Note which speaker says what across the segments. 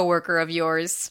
Speaker 1: coworker of yours.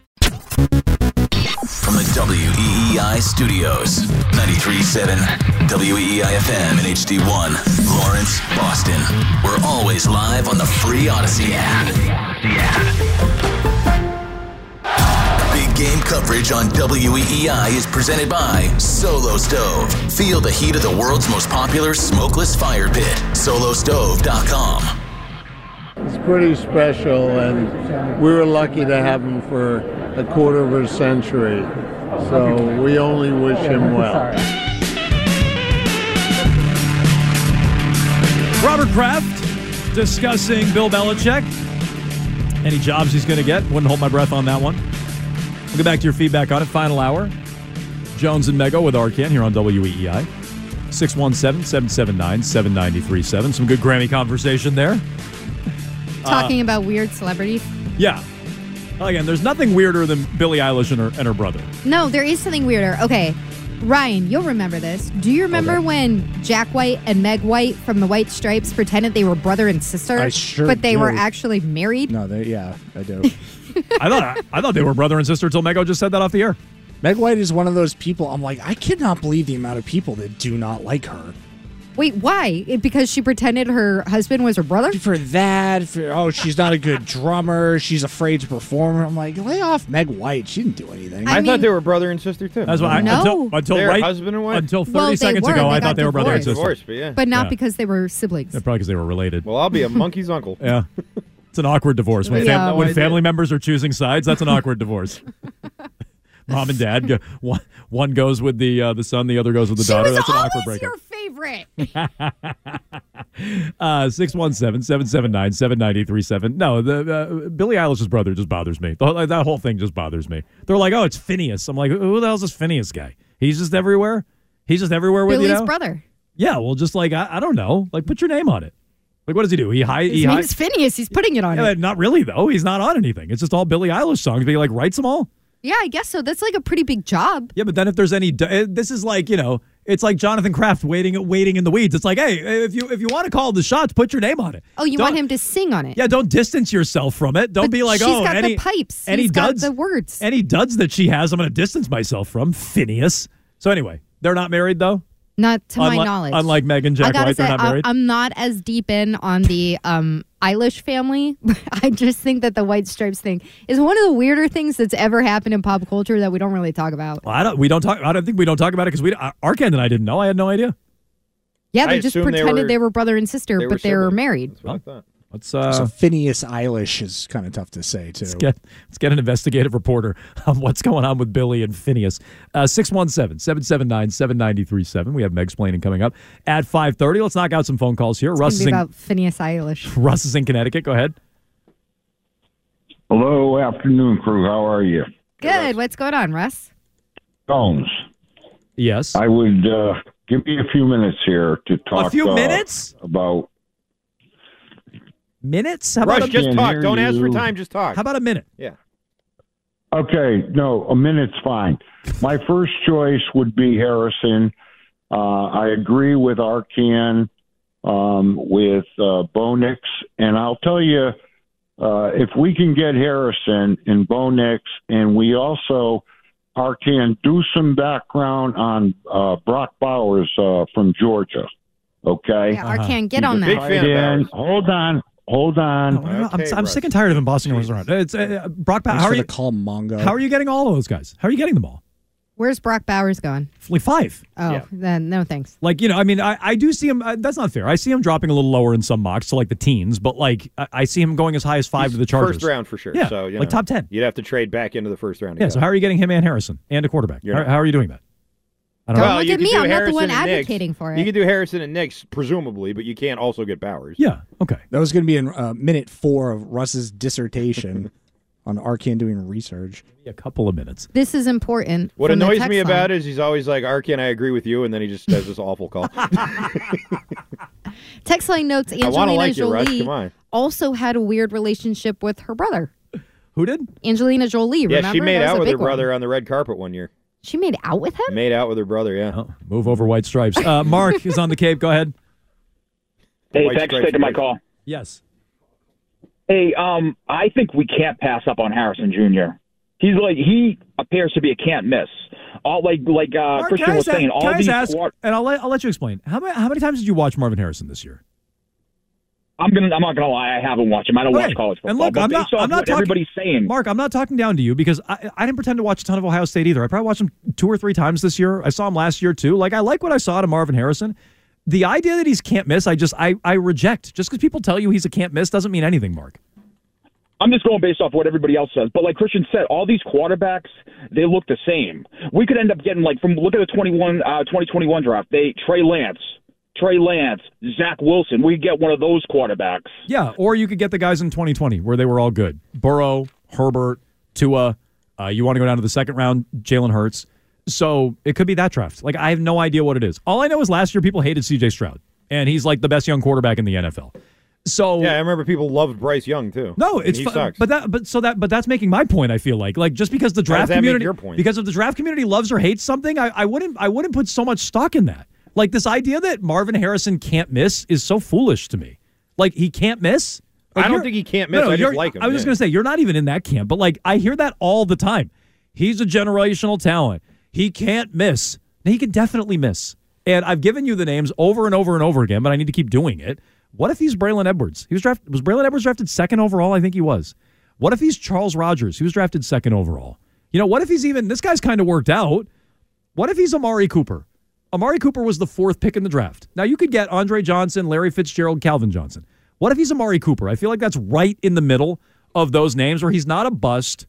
Speaker 2: From the WEEI studios, 93.7 WEEI FM and HD1, Lawrence, Boston. We're always live on the free Odyssey app. Big game coverage on WEEI is presented by Solo Stove. Feel the heat of the world's most popular smokeless fire pit. SoloStove.com.
Speaker 3: It's pretty special, and we were lucky to have him for a quarter of a century. So we only wish him well.
Speaker 4: Robert Kraft discussing Bill Belichick. Any jobs he's going to get. Wouldn't hold my breath on that one. We'll get back to your feedback on it. Final hour. Jones and Mego with Arcan here on E WEEI. 617-779-7937. Some good Grammy conversation there. Ah. Uh,
Speaker 5: Talking about weird celebrities.
Speaker 4: Yeah. Again, there's nothing weirder than Billie Eilish and her, and her brother.
Speaker 5: No, there is something weirder. Okay. Ryan, you'll remember this. Do you remember
Speaker 4: Okay.
Speaker 5: when Jack White and Meg White from the White Stripes pretended they were brother and sister?
Speaker 6: I sure
Speaker 5: But they
Speaker 6: do.
Speaker 5: were actually married?
Speaker 6: No, they, yeah, I do.
Speaker 4: I thought I, thought they were brother and sister until Mego just said that off the air.
Speaker 6: Meg White is one of those people. I'm like, I cannot believe the amount of people that do not like her.
Speaker 5: Wait, why? It- because she pretended her husband was her brother?
Speaker 6: For that, for oh, she's not a good drummer. She's afraid to perform. I'm like, lay off Meg White. She didn't do anything.
Speaker 5: I
Speaker 7: I,
Speaker 5: mean-
Speaker 7: thought they were brother and sister too.
Speaker 4: That's why I,
Speaker 5: No.
Speaker 4: until until
Speaker 7: They're
Speaker 4: right
Speaker 7: husband and wife?
Speaker 4: until 30
Speaker 5: Well, they
Speaker 4: seconds
Speaker 5: were.
Speaker 4: ago,
Speaker 5: They
Speaker 4: I
Speaker 5: got
Speaker 4: thought they were brother and
Speaker 5: divorced.
Speaker 4: sister.
Speaker 7: divorced, but yeah.
Speaker 5: But not
Speaker 4: Yeah.
Speaker 5: because they were siblings.
Speaker 4: Yeah, probably because they were related.
Speaker 7: well, I'll be a monkey's uncle.
Speaker 4: Yeah. It's an awkward divorce. When,
Speaker 5: I
Speaker 4: fam-
Speaker 5: had no
Speaker 4: when
Speaker 7: idea.
Speaker 4: family members are choosing sides, that's an awkward divorce. Mom and dad, go, one, one goes with the uh, the son, the other goes with the
Speaker 5: She
Speaker 4: daughter.
Speaker 5: was
Speaker 4: That's an
Speaker 5: always
Speaker 4: awkward breakup.
Speaker 5: your favorite.
Speaker 4: Uh, 617-779-7937. No, the uh, Billie Eilish's brother just bothers me. The, whole- that whole thing just bothers me. They're like, oh, it's Phineas. I'm like, who the hell's this Phineas guy? He's just everywhere? He's just everywhere with
Speaker 5: Billy's
Speaker 4: you now?
Speaker 5: brother.
Speaker 4: Yeah, well, just like, I, I don't know. Like, put your name on it. Like, what does he do? He, hi- he
Speaker 5: His
Speaker 4: hi-
Speaker 5: name's Phineas. He's putting it on
Speaker 4: Yeah,
Speaker 5: it.
Speaker 4: but not really though. He's not on anything. It's just all Billie Eilish songs. But he like writes them all.
Speaker 5: Yeah, I guess so. That's like a pretty big job.
Speaker 4: Yeah, but then if there's any, eh, this is like you know, it's like Jonathan Kraft waiting, waiting in the weeds. It's like, hey, if you if you want to call the shots, put your name on it.
Speaker 5: Oh, you
Speaker 4: Don't-
Speaker 5: want him to sing on it?
Speaker 4: Yeah, don't distance yourself from it. Don't
Speaker 5: But
Speaker 4: be like,
Speaker 5: she's
Speaker 4: oh,
Speaker 5: got the
Speaker 4: any
Speaker 5: pipes.
Speaker 4: any
Speaker 5: He's got
Speaker 4: duds,
Speaker 5: the words.
Speaker 4: any duds that she has, I'm going to distance myself from Phineas. So anyway, they're not married though.
Speaker 5: Not to my
Speaker 4: Unlike-
Speaker 5: knowledge.
Speaker 4: unlike Meg and Jack
Speaker 5: I gotta
Speaker 4: White,
Speaker 5: say,
Speaker 4: they're not
Speaker 5: I,
Speaker 4: married?
Speaker 5: I'm not as deep in on the um, Eilish family. I just think that the White Stripes thing is one of the weirder things that's ever happened in pop culture that we don't really talk about.
Speaker 4: Well, I don't. We don't talk. I don't think we don't talk about it because we. Arkan and I didn't know. I had no idea.
Speaker 5: Yeah,
Speaker 7: I
Speaker 5: they just
Speaker 7: assume they
Speaker 5: pretended they were,
Speaker 7: were-
Speaker 5: brother and sister,
Speaker 7: they were
Speaker 5: but they were
Speaker 7: siblings.
Speaker 5: married.
Speaker 7: That's what I thought.
Speaker 4: Let's uh,
Speaker 6: so Phineas Eilish is kind of tough to say too.
Speaker 4: Let's get, let's get an investigative reporter on what's going on with Billy and Phineas. Uh, 617 779 7937. We have Meg's planning coming up at 530. Let's knock out some phone calls here. Russ
Speaker 5: It's
Speaker 4: is,
Speaker 5: gonna be
Speaker 4: in,
Speaker 5: about Phineas Eilish.
Speaker 4: Russ is in Connecticut. Go ahead.
Speaker 8: Hello, afternoon crew. How are you?
Speaker 5: Good. What's going on, Russ?
Speaker 8: Jones,
Speaker 4: Yes.
Speaker 8: I would uh, give me a few minutes here to talk.
Speaker 4: A few
Speaker 8: uh,
Speaker 4: minutes?
Speaker 8: about.
Speaker 4: Minutes? How about,
Speaker 7: Rush,
Speaker 4: a,
Speaker 7: just
Speaker 8: Can't
Speaker 7: talk.
Speaker 8: hear
Speaker 7: Don't ask for
Speaker 8: you.
Speaker 7: time. Just talk.
Speaker 4: how about a minute?
Speaker 7: yeah.
Speaker 8: Okay, no, a minute's fine. My first choice would be Harrison. Uh, I agree with Arcan, um, with uh, Bonix, and I'll tell you uh, if we can get Harrison and Bonix, and we also Arcan do some background on uh, Brock Bowers uh, from Georgia. Okay.
Speaker 5: Yeah, Arcan, get on
Speaker 8: He's a
Speaker 5: that.
Speaker 7: Big fan of
Speaker 8: tight end.
Speaker 7: ours.
Speaker 8: Hold on, Hold on.
Speaker 4: No, I don't know. Oh, I'm,
Speaker 7: Okay,
Speaker 4: I'm
Speaker 7: Russ.
Speaker 4: sick and tired of him bossing around his around. It's uh, Brock Bowers.
Speaker 6: Thanks
Speaker 4: How
Speaker 6: for
Speaker 4: are you?
Speaker 6: the call, Mongo.
Speaker 4: How are you getting all of those guys? How are you getting them all?
Speaker 5: Where's Brock Bowers going?
Speaker 4: It's Like five.
Speaker 5: Oh,
Speaker 7: Yeah.
Speaker 5: then no thanks.
Speaker 4: Like you know, I mean, I, I do see him. Uh, that's not fair. I see him dropping a little lower in some mocks to like the teens, but like I, I see him going as high as five to the Chargers.
Speaker 7: First round for sure.
Speaker 4: Yeah,
Speaker 7: so, you
Speaker 4: like
Speaker 7: know,
Speaker 4: top 10.
Speaker 7: You'd have to trade back into the first round. to
Speaker 4: Yeah.
Speaker 7: get
Speaker 4: So
Speaker 7: him.
Speaker 4: how are you getting him and Harrison and a quarterback?
Speaker 7: You're
Speaker 4: How,
Speaker 7: not.
Speaker 4: how are you doing that? I don't
Speaker 5: Don't
Speaker 4: know.
Speaker 5: look at
Speaker 7: could
Speaker 5: me.
Speaker 7: do
Speaker 5: I'm not the
Speaker 7: Harrison
Speaker 5: one
Speaker 7: and Nix.
Speaker 5: advocating for
Speaker 7: You
Speaker 5: it.
Speaker 7: could do Harrison and Knicks, presumably, but you can't also get Bowers.
Speaker 4: Yeah. Okay.
Speaker 6: That was going to be in uh, minute four of Russ's dissertation on Arcan doing research.
Speaker 4: Maybe A couple of minutes.
Speaker 5: This is important.
Speaker 7: What
Speaker 5: from the
Speaker 7: annoys
Speaker 5: text
Speaker 7: me
Speaker 5: line.
Speaker 7: about it is he's always like, Arkin, I agree with you, and then he just does this awful call.
Speaker 5: Text line notes Angelina
Speaker 7: wanna like you, Russ.
Speaker 5: Jolie
Speaker 7: Come on.
Speaker 5: also had a weird relationship with her brother.
Speaker 4: Who did?
Speaker 5: Angelina Jolie,
Speaker 7: yeah,
Speaker 5: remember?
Speaker 7: she made
Speaker 5: That was
Speaker 7: out
Speaker 5: a
Speaker 7: with her
Speaker 5: big one.
Speaker 7: brother on the red carpet one year.
Speaker 5: She made out with him?
Speaker 7: Made out with her brother, yeah.
Speaker 4: Oh, move over white stripes. Uh, Mark is on the Cape. Go ahead.
Speaker 9: Hey,
Speaker 7: White
Speaker 9: thanks for
Speaker 7: stripes,
Speaker 9: taking my
Speaker 7: guys.
Speaker 9: call.
Speaker 4: Yes.
Speaker 9: Hey, um, I think we can't pass up on Harrison Jr. He's like he appears to be a can't miss. All like like uh,
Speaker 4: Mark,
Speaker 9: Christian
Speaker 4: I
Speaker 9: was
Speaker 4: just-
Speaker 9: saying, all
Speaker 4: can I
Speaker 9: these.
Speaker 4: just ask,
Speaker 9: quar-
Speaker 4: and I'll let, I'll let you explain. How many, how many times did you watch Marvin Harrison this year?
Speaker 9: I'm gonna. I'm not gonna lie. I haven't watched him. I don't
Speaker 4: Okay.
Speaker 9: watch college football.
Speaker 4: And look,
Speaker 9: but
Speaker 4: I'm not,
Speaker 9: based off
Speaker 4: I'm not
Speaker 9: what
Speaker 4: talking,
Speaker 9: everybody's saying.
Speaker 4: Mark, I'm not talking down to you because I, I didn't pretend to watch a ton of Ohio State either. I probably watched him two or three times this year. I saw him last year too. Like I like what I saw out of Marvin Harrison. The idea that he's can't miss, I just I, I reject. Just because people tell you he's a can't miss doesn't mean anything, Mark.
Speaker 9: I'm just going based off what everybody else says. But like Christian said, all these quarterbacks, they look the same. We could end up getting like from look at the 21, uh, 2021 draft. They Trey Lance, Trey Lance, Zach Wilson. We get one of those quarterbacks.
Speaker 4: Yeah, or you could get the guys in 2020 where they were all good. Burrow, Herbert, Tua. Uh, you want to go down to the second round, Jalen Hurts. So it could be that draft. Like I have no idea what it is. All I know is last year people hated C.J. Stroud, and he's like the best young quarterback in the NFL. So
Speaker 7: Yeah, I remember people loved Bryce Young, too.
Speaker 4: No,
Speaker 7: And
Speaker 4: it's
Speaker 7: he
Speaker 4: fu-
Speaker 7: sucks.
Speaker 4: but that but so that but that's making my point. I feel like like just because the draft
Speaker 7: does that make
Speaker 4: community
Speaker 7: your point?
Speaker 4: because if the draft community loves or hates something, I, I wouldn't I wouldn't put so much stock in that. Like this idea that Marvin Harrison can't miss is so foolish to me. Like he can't miss. Like,
Speaker 7: I don't
Speaker 4: you're-
Speaker 7: think he can't miss. I just
Speaker 4: you're-
Speaker 7: like him,
Speaker 4: I was just
Speaker 7: yeah.
Speaker 4: gonna say you're not even in that camp, but like I hear that all the time. He's a generational talent. He can't miss. Now, he can definitely miss. And I've given you the names over and over and over again, but I need to keep doing it. What if he's Braylon Edwards? He was drafted. Was Braylon Edwards drafted second overall? I think he was. What if he's Charles Rogers? He was drafted second overall. You know, what if he's even this guy's kind of worked out? What if he's Amari Cooper? Amari Cooper was the fourth pick in the draft. Now you could get Andre Johnson, Larry Fitzgerald, Calvin Johnson. What if he's Amari Cooper? I feel like that's right in the middle of those names where he's not a bust,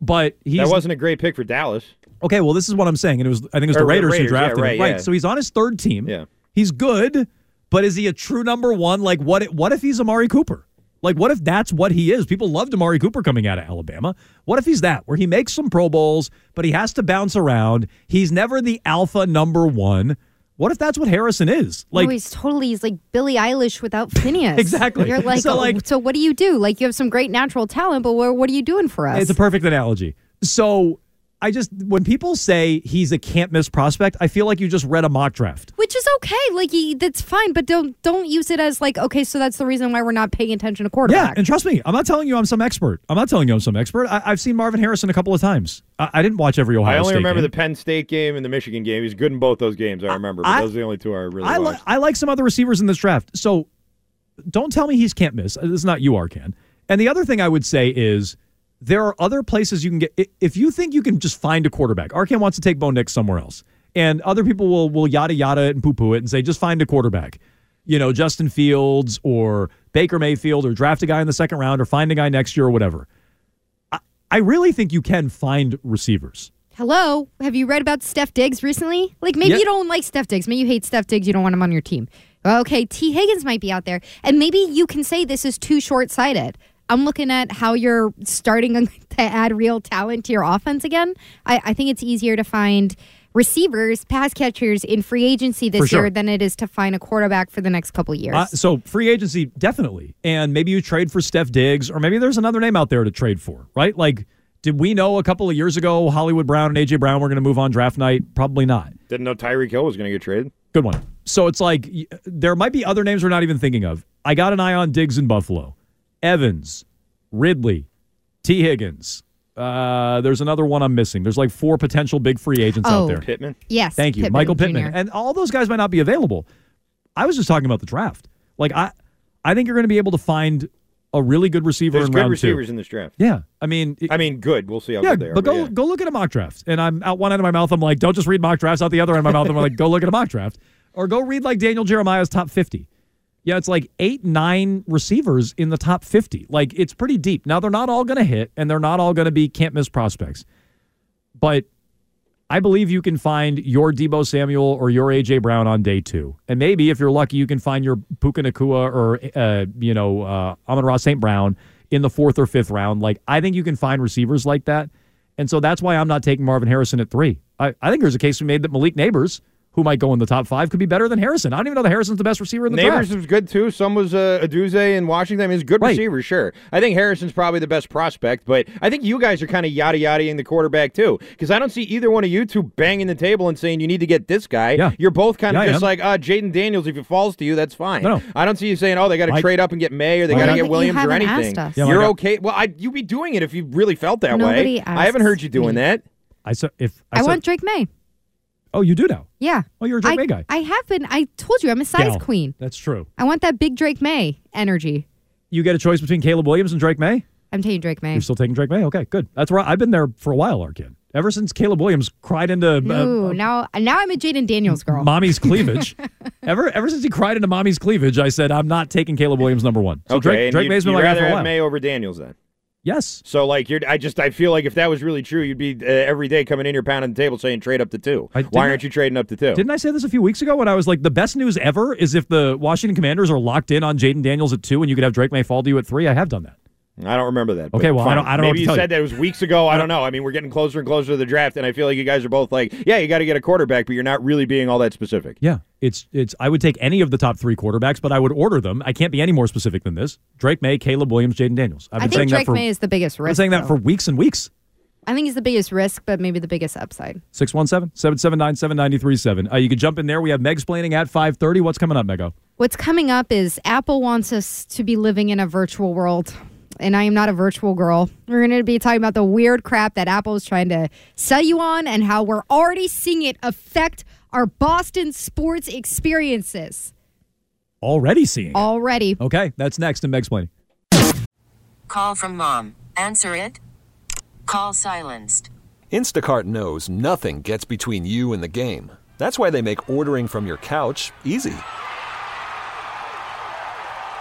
Speaker 4: but he's
Speaker 7: that wasn't a great pick for Dallas.
Speaker 4: Okay, well, this is what I'm saying, and it was I think it was
Speaker 7: Or
Speaker 4: the
Speaker 7: the
Speaker 4: Raiders, who
Speaker 7: Raiders, yeah,
Speaker 4: drafted him.
Speaker 7: right,
Speaker 4: Right,
Speaker 7: yeah.
Speaker 4: so he's on his third team.
Speaker 7: Yeah.
Speaker 4: he's good, but is he a true number one? Like, what? If, what if he's Amari Cooper? Like, what if that's what he is? People loved Amari Cooper coming out of Alabama. What if he's that, where he makes some Pro Bowls, but he has to bounce around? He's never the alpha number one. What if that's what Harrison is? Like,
Speaker 5: no, he's totally he's like Billie Eilish without Phineas.
Speaker 4: Exactly.
Speaker 5: You're like
Speaker 4: So,
Speaker 5: so,
Speaker 4: like-
Speaker 5: so what do you do? Like you have some great natural talent, but what, what are you doing for us?
Speaker 4: It's a perfect analogy. So, I just when people say he's a can't miss prospect, I feel like you just read a mock draft.
Speaker 5: Which is okay. Like he, that's fine, but don't don't use it as like okay, so that's the reason why we're not paying attention to
Speaker 4: Yeah,
Speaker 5: quarterback.
Speaker 4: and trust me, I'm not telling you I'm some expert. I'm not telling you I'm some expert. I, I've seen Marvin Harrison a couple of times. I, I didn't watch every
Speaker 7: I
Speaker 4: Ohio
Speaker 7: only
Speaker 4: State
Speaker 7: remember
Speaker 4: game.
Speaker 7: the Penn State game and the Michigan game. He was good in both those games, I remember. But
Speaker 4: I-
Speaker 7: those are the only two I really
Speaker 4: I, li-
Speaker 7: watched.
Speaker 4: I like some other receivers in this draft. So don't tell me he's can't miss. This is not you, Arcan. And the other thing I would say is there are other places you can get. i- If you think you can just find a quarterback, Arcan wants to take Bo Nix somewhere else. And other people will, will yada yada it and poo poo it and say, just find a quarterback. You know, Justin Fields or Baker Mayfield or draft a guy in the second round or find a guy next year or whatever. I, I really think you can find receivers.
Speaker 5: Hello, have you read about Steph Diggs recently? Like maybe
Speaker 4: Yeah.
Speaker 5: you don't like Steph Diggs, maybe you hate Steph Diggs, you don't want him on your team. Okay, T Higgins might be out there, and maybe you can say this is too short sighted. I'm looking at how you're starting to add real talent to your offense again. I, I think it's easier to find receivers, pass catchers in free agency
Speaker 4: For
Speaker 5: this
Speaker 4: sure.
Speaker 5: year than it is to find a quarterback for the next couple years.
Speaker 4: Uh, so free agency, definitely. And maybe you trade for Steph Diggs, or maybe there's another name out there to trade for, right? Like, did we know a couple of years ago Hollywood Brown and AJ Brown were going to move on draft night? Probably not.
Speaker 7: Didn't know Tyreek Hill was going to get traded.
Speaker 4: Good one. So it's like y- there might be other names we're not even thinking of. I got an eye on Diggs in Buffalo, Evans, Ridley, T. Higgins. Uh, there's another one I'm missing. There's like four potential big free agents out
Speaker 5: Oh.
Speaker 4: there.
Speaker 7: Pittman.
Speaker 5: yes,
Speaker 4: Thank you, Michael Pittman,
Speaker 5: Jr..
Speaker 4: and all those guys might not be available. I was just talking about the draft. Like I, I think you're going to be able to find a really good receiver
Speaker 7: There's
Speaker 4: in
Speaker 7: good
Speaker 4: round
Speaker 7: receivers
Speaker 4: two.
Speaker 7: in this draft.
Speaker 4: Yeah, I mean, it-
Speaker 7: I mean, good. We'll see how
Speaker 4: yeah,
Speaker 7: good they are.
Speaker 4: but go go look at a mock draft. And I'm out one end of my mouth, I'm like, don't just read mock drafts. Out the other end of my mouth, I'm like, go look at a mock draft, or go read like Daniel Jeremiah's top fifty. Yeah, it's like eight, nine receivers in the top fifty. Like it's pretty deep. Now they're not all going to hit, and they're not all going to be can't miss prospects. But I believe you can find your Debo Samuel or your AJ Brown on day two, and maybe if you're lucky, you can find your Puka Nakua or uh, you know uh, Amon Ross St. Brown in the fourth or fifth round. Like I think you can find receivers like that, and so that's why I'm not taking Marvin Harrison at three. I, I think there's a case we made that Malik Neighbors, who might go in the top five, could be better than Harrison. I don't even know that Harrison's the best receiver in the
Speaker 7: Neighbors
Speaker 4: draft.
Speaker 7: was good too. Some was uh, Aduze in Washington. I mean, he's a good
Speaker 4: Right.
Speaker 7: receiver, sure. I think Harrison's probably the best prospect, but I think you guys are kind of yada yadaing the quarterback too, because I don't see either one of you two banging the table and saying you need to get this guy.
Speaker 4: Yeah.
Speaker 7: You're both kind
Speaker 4: Yeah,
Speaker 7: of
Speaker 4: I
Speaker 7: just
Speaker 4: am.
Speaker 7: like uh, Jaden Daniels. If it falls to you, that's fine.
Speaker 4: No.
Speaker 7: I don't see you saying, oh, they got to
Speaker 4: Mike-
Speaker 7: trade up and get May or they
Speaker 5: Well,
Speaker 7: got
Speaker 5: I don't
Speaker 7: to get
Speaker 5: think you
Speaker 7: Williams or
Speaker 5: haven't
Speaker 7: anything.
Speaker 5: asked us.
Speaker 4: Yeah, Mike,
Speaker 7: You're
Speaker 4: I-
Speaker 7: okay. Well, I, you'd be doing it if you really felt that
Speaker 5: Nobody
Speaker 7: way. I haven't
Speaker 5: asks
Speaker 7: heard you doing
Speaker 5: me.
Speaker 7: that.
Speaker 4: I said if
Speaker 5: I
Speaker 4: I, said-
Speaker 5: want Drake May.
Speaker 4: Oh, you do now.
Speaker 5: Yeah.
Speaker 4: Oh, you're a Drake
Speaker 5: I,
Speaker 4: May guy.
Speaker 5: I have been. I told you I'm a size
Speaker 4: Gal.
Speaker 5: queen.
Speaker 4: That's true.
Speaker 5: I want that big Drake May energy.
Speaker 4: You get a choice between Caleb Williams and Drake May.
Speaker 5: I'm taking Drake May.
Speaker 4: You're still taking Drake May. Okay, good. That's where I- I've been there for a while, Arkin. Ever since Caleb Williams cried into uh,
Speaker 5: Ooh, now now I'm a Jaden Daniels girl.
Speaker 4: mommy's cleavage. ever ever since he cried into mommy's cleavage, I said I'm not taking Caleb Williams number one. So
Speaker 7: okay,
Speaker 4: Drake,
Speaker 7: and
Speaker 4: Drake
Speaker 7: you'd,
Speaker 4: May's been
Speaker 7: you'd
Speaker 4: my guy
Speaker 7: rather
Speaker 4: for a
Speaker 7: have
Speaker 4: while.
Speaker 7: May over Daniels then.
Speaker 4: yes,
Speaker 7: So like you're, I just I feel like if that was really true, you'd be uh, every day coming in, you're pounding the table saying trade up to two. Why
Speaker 4: I- didn't
Speaker 7: aren't you trading up to two?
Speaker 4: didn't I say this a few weeks ago when I was like the best news ever is if the Washington Commanders are locked in on Jaden Daniels at two and you could have Drake May fall to you at three. I have done that.
Speaker 7: I don't remember that. but
Speaker 4: Okay, well, I
Speaker 7: fine.
Speaker 4: don't- I don't know what
Speaker 7: Maybe
Speaker 4: to
Speaker 7: you
Speaker 4: tell
Speaker 7: said
Speaker 4: you.
Speaker 7: that it was weeks ago. I don't know. I mean, we're getting closer and closer to the draft, and I feel like you guys are both like, yeah, you got to get a quarterback, but you're not really being all that specific.
Speaker 4: Yeah, it's it's. I would take any of the top three quarterbacks, but I would order them. I can't be any more specific than this: Drake May, Caleb Williams, Jaden Daniels. I've
Speaker 5: I
Speaker 4: been
Speaker 5: think
Speaker 4: saying
Speaker 5: Drake
Speaker 4: that for
Speaker 5: May is the biggest
Speaker 4: I've been
Speaker 5: risk.
Speaker 4: saying that
Speaker 5: though.
Speaker 4: for weeks and weeks.
Speaker 5: I think he's the biggest risk, but maybe the biggest upside.
Speaker 4: 617-779-7937. Uh, you can jump in there. We have Meg's planning at 530. What's coming up, Mego?
Speaker 5: What's coming up is Apple wants us to be living in a virtual world. And I am not a virtual girl. We're going to be talking about the weird crap that Apple is trying to sell you on and how we're already seeing it affect our Boston sports experiences
Speaker 4: Already seeing. it.
Speaker 5: already.
Speaker 4: Okay, that's next in Meg's planning.
Speaker 10: Call from mom. Answer it. Call silenced.
Speaker 11: Instacart knows nothing gets between you and the game. That's why they make ordering from your couch easy.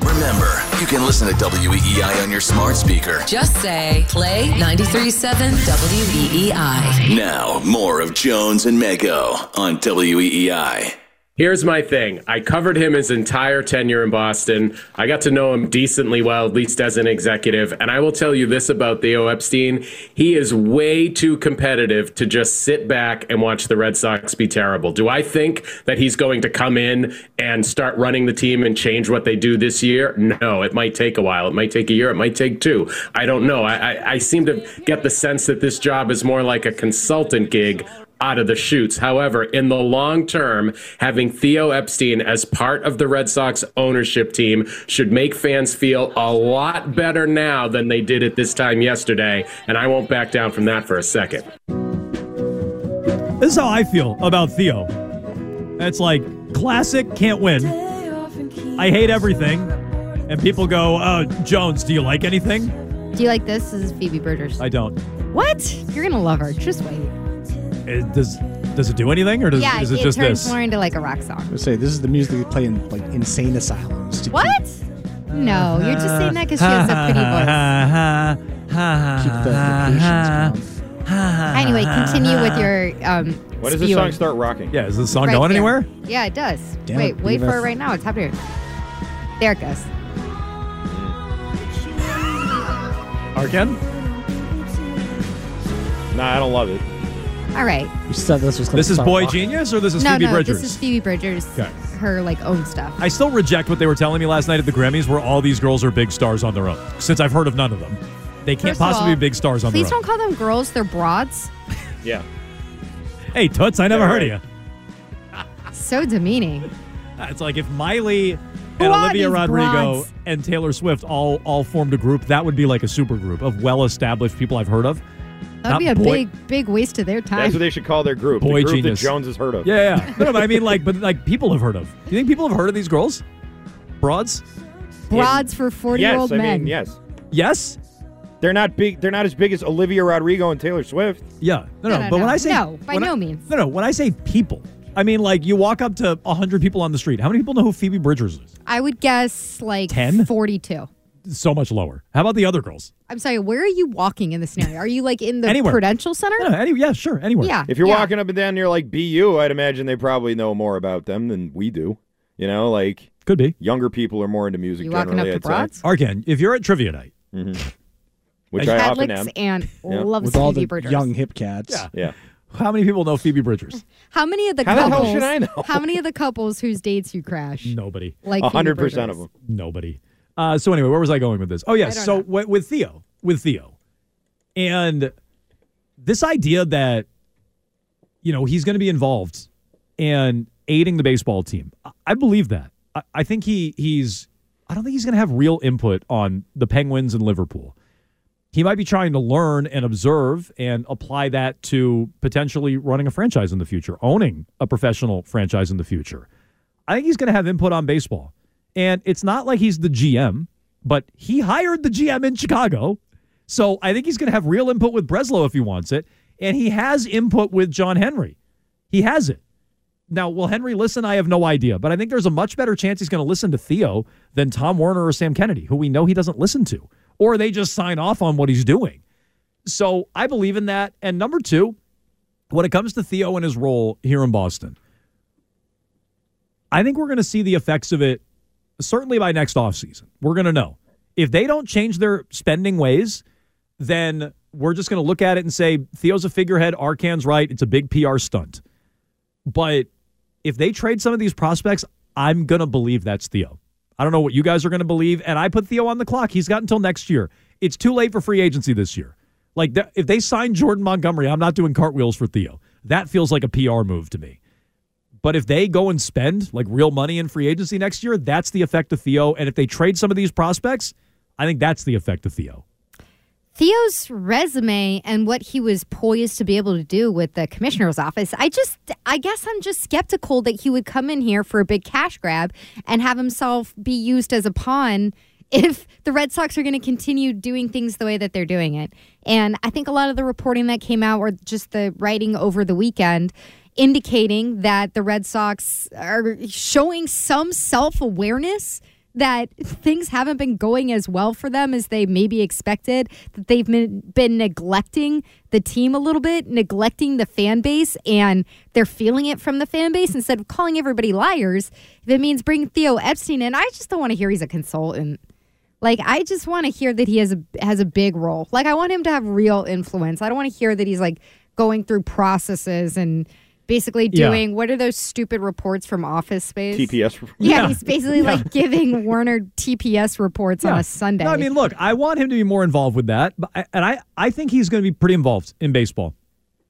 Speaker 2: Remember, you can listen to WEEI on your smart speaker.
Speaker 10: Just say, play 93.7
Speaker 12: E
Speaker 10: WEEI.
Speaker 2: Now, more of Jones and Mego on E WEEI.
Speaker 13: Here's my thing. I covered him his entire tenure in Boston. I got to know him decently well, at least as an executive. And I will tell you this about Theo Epstein. He is way too competitive to just sit back and watch the Red Sox be terrible. Do I think that he's going to come in and start running the team and change what they do this year? No, it might take a while. It might take a year. It might take two. I don't know. I, I, I seem to get the sense that this job is more like a consultant gig out of the shoots. However, in the long term, having Theo Epstein as part of the Red Sox ownership team should make fans feel a lot better now than they did at this time yesterday. And I won't back down from that for a second.
Speaker 4: This is how I feel about Theo. It's like classic can't win. I hate everything. And people go, uh, Jones, do you like anything?
Speaker 5: Do you like this? This is Phoebe Bridgers.
Speaker 4: I don't.
Speaker 5: What? You're gonna love her. Just wait.
Speaker 4: It, Uh, does does it do anything, or does
Speaker 5: yeah,
Speaker 4: is it,
Speaker 5: it
Speaker 4: just
Speaker 5: turns
Speaker 4: this?
Speaker 5: more into like a rock song.
Speaker 6: Let's say this is the music they play in like insane asylums. To
Speaker 5: What? No, you're just saying that because she has a pretty voice. Uh-huh. Anyway, continue with your um.
Speaker 7: Why does this
Speaker 5: spewing.
Speaker 7: song start rocking?
Speaker 4: Yeah, is this song
Speaker 5: Right
Speaker 4: going
Speaker 5: there.
Speaker 4: anywhere?
Speaker 5: Yeah, it does.
Speaker 4: Damn
Speaker 5: wait,
Speaker 4: it,
Speaker 5: wait
Speaker 4: Beavis.
Speaker 5: for it right now. It's happening. There it goes.
Speaker 4: Arken?
Speaker 7: Nah, I don't love it.
Speaker 5: All right.
Speaker 6: You said this was.
Speaker 4: This is Boy Genius, or this is
Speaker 5: no,
Speaker 4: Phoebe
Speaker 5: no,
Speaker 4: Bridgers?
Speaker 5: this is Phoebe Bridgers.
Speaker 4: Okay.
Speaker 5: Her like own stuff.
Speaker 4: I still reject what they were telling me last night at the Grammys, where all these girls are big stars on their own. Since I've heard of none of them, they can't
Speaker 5: First of
Speaker 4: possibly
Speaker 5: all,
Speaker 4: be big stars on
Speaker 5: Please
Speaker 4: their
Speaker 5: don't call them girls. They're broads.
Speaker 4: own. Yeah. Hey, Toots, I never heard of you.
Speaker 5: So demeaning.
Speaker 4: Uh, It's like if Miley and
Speaker 5: Who are
Speaker 4: Olivia
Speaker 5: these
Speaker 4: Rodrigo
Speaker 5: broads?
Speaker 4: and Taylor Swift all all formed a group, that would be like a super group of well established people I've heard of.
Speaker 5: That'd
Speaker 4: Not
Speaker 5: be a
Speaker 4: boy-
Speaker 5: big, big waste of their time.
Speaker 7: That's what they should call their group.
Speaker 4: Boy
Speaker 7: the group
Speaker 4: genius.
Speaker 7: that Jones has heard of.
Speaker 4: Yeah, yeah. no, no, but I mean like but like people have heard of. Do you think people have heard of these girls? Broads?
Speaker 5: Broads for forty-year-old
Speaker 7: yes, I
Speaker 5: men.
Speaker 7: mean, yes.
Speaker 4: Yes?
Speaker 7: They're not big they're not as big as Olivia Rodrigo and Taylor Swift.
Speaker 4: Yeah. No,
Speaker 5: No,
Speaker 4: no,
Speaker 5: no,
Speaker 4: but
Speaker 5: no.
Speaker 4: when I say
Speaker 5: No, by
Speaker 4: when
Speaker 5: no
Speaker 4: I-
Speaker 5: means.
Speaker 4: No, no, when I say people, I mean like you walk up to 100 people on the street. How many people know who Phoebe Bridgers is?
Speaker 5: I would guess like
Speaker 4: 10?
Speaker 5: forty-two.
Speaker 4: So much lower. How about the other girls?
Speaker 5: I'm sorry. Where are you walking in this scenario? Are you like in the
Speaker 7: Anywhere.
Speaker 5: Prudential Center?
Speaker 4: Yeah, any, yeah sure, anywhere.
Speaker 5: Yeah.
Speaker 7: If you're
Speaker 5: yeah.
Speaker 7: walking up and down near like BU, I'd imagine they probably know more about them than we do. You know, like
Speaker 4: could be
Speaker 7: younger people are more into music.
Speaker 5: You walking
Speaker 7: generally,
Speaker 5: up to
Speaker 7: I'd say.
Speaker 5: broads?
Speaker 4: Arkan, if you're at trivia night,
Speaker 7: which I often
Speaker 5: Catholics
Speaker 7: am.
Speaker 5: and
Speaker 7: Yeah.
Speaker 5: loves
Speaker 6: With all
Speaker 5: Phoebe
Speaker 6: the
Speaker 5: Bridgers.
Speaker 6: young hip cats.
Speaker 4: Yeah.
Speaker 7: yeah.
Speaker 4: How many people know Phoebe Bridgers?
Speaker 5: How many of the
Speaker 4: How the hell
Speaker 5: couples?
Speaker 4: should I know?
Speaker 5: How many of the couples whose dates you crash?
Speaker 4: Nobody.
Speaker 5: Like Phoebe
Speaker 7: 100% of
Speaker 5: Bridgers?
Speaker 7: them.
Speaker 4: Nobody. Uh, so anyway, where was I going with this? Oh
Speaker 5: I
Speaker 4: yes.
Speaker 5: don't
Speaker 4: So w- with Theo, with Theo, and this idea that you know he's going to be involved and aiding the baseball team. I, I believe that. I, I think he he's. I don't think he's going to have real input on the Penguins and Liverpool. He might be trying to learn and observe and apply that to potentially running a franchise in the future, owning a professional franchise in the future. I think he's going to have input on baseball. And it's not like he's the GM, but he hired the GM in Chicago. So I think he's going to have real input with Breslow if he wants it. And he has input with John Henry. He has it. Now, will Henry listen? I have no idea. But I think there's a much better chance he's going to listen to Theo than Tom Werner or Sam Kennedy, who we know he doesn't listen to, or they just sign off on what he's doing. So I believe in that. And number two, when it comes to Theo and his role here in Boston, I think we're going to see the effects of it certainly by next offseason. We're going to know. If they don't change their spending ways, then we're just going to look at it and say Theo's a figurehead, Arcan's right, it's a big PR stunt. But if they trade some of these prospects, I'm going to believe that's Theo. I don't know what you guys are going to believe and I put Theo on the clock. He's got until next year. It's too late for free agency this year. Like th- if they sign Jordan Montgomery, I'm not doing cartwheels for Theo. That feels like a PR move to me. But if they go and spend like real money in free agency next year, that's the effect of Theo. And if they trade some of these prospects, I think that's the effect of Theo.
Speaker 5: Theo's resume and what he was poised to be able to do with the commissioner's office, I just, I guess I'm just skeptical that he would come in here for a big cash grab and have himself be used as a pawn if the Red Sox are going to continue doing things the way that they're doing it. And I think a lot of the reporting that came out or just the writing over the weekend indicating that the Red Sox are showing some self awareness that things haven't been going as well for them as they maybe expected, that they've been, been neglecting the team a little bit, neglecting the fan base, and they're feeling it from the fan base instead of calling everybody liars. If it means bring Theo Epstein in, I just don't want to hear he's a consultant. Like I just want to hear that he has a has a big role. Like I want him to have real influence. I don't want to hear that he's like going through processes and basically
Speaker 7: Yeah.
Speaker 5: doing what are those stupid reports from Office Space?
Speaker 7: TPS.
Speaker 5: Yeah,
Speaker 4: Yeah.
Speaker 5: he's basically like giving Warner TPS reports on
Speaker 4: Yeah.
Speaker 5: a Sunday.
Speaker 4: No, I mean, look, I want him to be more involved with that, but I, and I, I think he's going to be pretty involved in baseball.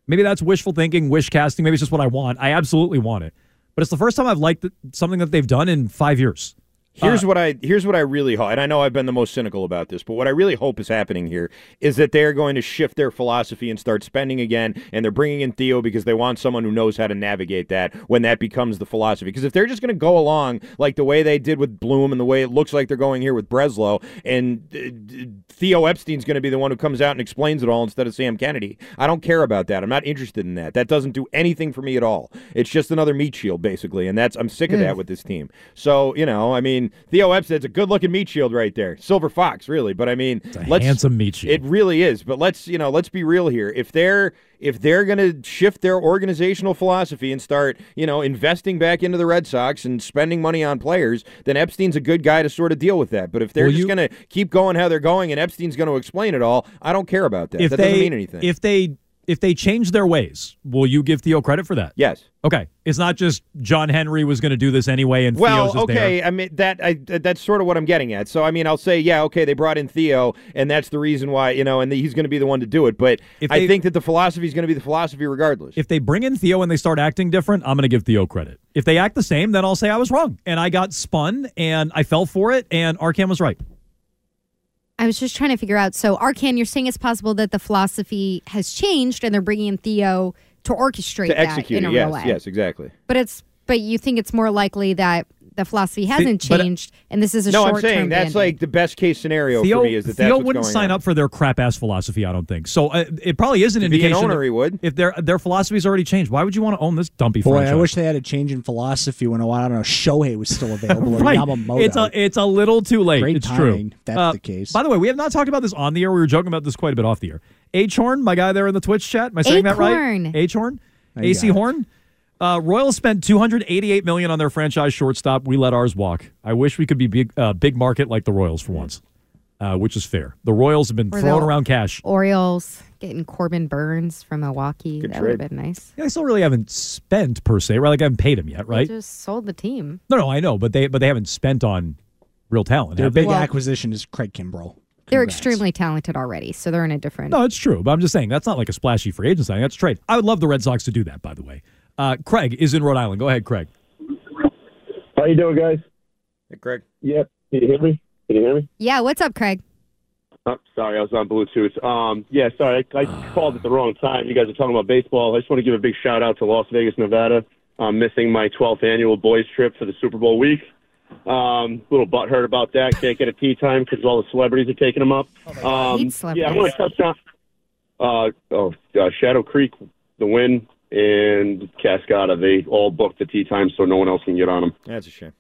Speaker 4: Maybe that's wishful thinking, wish casting. Maybe it's just what I want. I absolutely want it, but it's the first time I've liked th- something that they've done in five years.
Speaker 7: Here's what I here's what I really hope, and I know I've been the most cynical about this, but what I really hope is happening here is that they're going to shift their philosophy and start spending again, and they're bringing in Theo because they want someone who knows how to navigate that when that becomes the philosophy. Because if they're just going to go along like the way they did with Bloom and the way it looks like they're going here with Breslow, and uh, d- Theo Epstein's going to be the one who comes out and explains it all instead of Sam Kennedy, I don't care about that. I'm not interested in that. That doesn't do anything for me at all. It's just another meat shield basically, and that's I'm sick of
Speaker 14: Mm.
Speaker 7: that with this team. So you know, I mean, Theo Epstein's a good-looking meat shield right there, silver fox, really. But I mean, let's,
Speaker 4: handsome meat shield.
Speaker 7: It really is. But let's you know, let's be real here. If they're if they're going to shift their organizational philosophy and start you know investing back into the Red Sox and spending money on players, then Epstein's a good guy to sort of deal with that. But if they're
Speaker 4: Well,
Speaker 7: just
Speaker 4: you-
Speaker 7: going to keep going how they're going and Epstein's going to explain it all, I don't care about that.
Speaker 4: If
Speaker 7: that
Speaker 4: they
Speaker 7: doesn't mean anything.
Speaker 4: if they if they change their ways, will you give Theo credit for that?
Speaker 7: Yes.
Speaker 4: Okay. It's not just John Henry was going to do this anyway, and
Speaker 7: Well,
Speaker 4: Theo's is there.
Speaker 7: okay. I mean that I th- that's sort of what I'm getting at. So I mean, I'll say, yeah, okay, they brought in Theo, and that's the reason why you know, and he's going to be the one to do it. But
Speaker 4: If
Speaker 7: I
Speaker 4: they-
Speaker 7: think that the philosophy is going to be the philosophy regardless.
Speaker 4: If they bring in Theo and they start acting different, I'm going to give Theo credit. If they act the same, then I'll say I was wrong and I got spun and I fell for it and Arkham was right.
Speaker 5: I was just trying to figure out. So, Arcan, you're saying it's possible that the philosophy has changed and they're bringing in Theo to orchestrate
Speaker 7: to
Speaker 5: that
Speaker 7: execute
Speaker 5: in a
Speaker 7: it, yes,
Speaker 5: real way.
Speaker 7: yes, exactly.
Speaker 5: But it's but you think it's more likely that the philosophy hasn't
Speaker 7: but-
Speaker 5: changed and this is a
Speaker 7: no,
Speaker 5: short
Speaker 7: I'm saying
Speaker 5: term
Speaker 7: that's like the best case scenario
Speaker 4: Theo,
Speaker 7: for me is that
Speaker 4: Theo
Speaker 7: that's what's
Speaker 4: wouldn't
Speaker 7: going
Speaker 4: sign
Speaker 7: on.
Speaker 4: up for their crap ass philosophy. I don't think so. Uh, it probably is an
Speaker 7: To be an
Speaker 4: indication.
Speaker 7: owner,
Speaker 4: that-
Speaker 7: he would.
Speaker 4: If their their philosophy's already changed, why would you want to own this dumpy
Speaker 6: Boy,
Speaker 4: franchise?
Speaker 6: I wish they had a change in philosophy when, oh, I don't know, Shohei was still available
Speaker 4: Right.
Speaker 6: or Yamamoto.
Speaker 4: It's a it's a little too late.
Speaker 6: Great
Speaker 4: it's
Speaker 6: timing,
Speaker 4: true. Uh,
Speaker 6: if that's the case.
Speaker 4: By the way, we have not talked about this on the air. We were joking about this quite a bit off the air. H Horn, my guy there in the Twitch chat. Am I saying that
Speaker 5: Acorn.
Speaker 4: right? H Horn,
Speaker 6: you
Speaker 4: AC
Speaker 6: got it.
Speaker 4: Horn. Uh, Royals spent 288 million on their franchise shortstop. We let ours walk. I wish we could be big, uh, big market like the Royals for once, uh, which is fair. The Royals have been
Speaker 5: Or
Speaker 4: throwing
Speaker 5: they'll-
Speaker 4: around cash.
Speaker 5: Orioles getting Corbin Burns from Milwaukee. that would have been nice.
Speaker 4: Yeah, they still really haven't spent per se, right? Like I haven't paid him yet, right?
Speaker 5: They just sold the team.
Speaker 4: No, no, I know, but they but they haven't spent on real talent.
Speaker 6: Their
Speaker 4: have they?
Speaker 6: big acquisition is Craig Kimbrell.
Speaker 5: They're extremely talented already, so they're in a different.
Speaker 4: No, it's true. But I'm just saying that's not like a splashy free agent signing. That's a trade. I would love the Red Sox to do that. By the way, uh, Craig is in Rhode Island. Go ahead, Craig.
Speaker 15: How you doing, guys?
Speaker 7: Hey, Craig.
Speaker 15: Yep. Can you hear me? Can you hear me?
Speaker 5: Yeah, what's up, Craig?
Speaker 15: Oh, sorry, I was on Bluetooth. Um, yeah, sorry, I, I called at the wrong time. You guys are talking about baseball. I just want to give a big shout out to Las Vegas, Nevada. I'm missing my 12th annual boys trip for the Super Bowl week. Um, little butthurt about that. Can't get a tea time because all the celebrities are taking them up.
Speaker 7: Oh,
Speaker 5: I
Speaker 15: Um,
Speaker 5: hate
Speaker 15: yeah, I want
Speaker 5: celebrities.
Speaker 15: to touch on uh, oh, uh, Shadow Creek, the win, and Cascada. They all booked the tea time so no one else can get on them.
Speaker 7: That's a shame.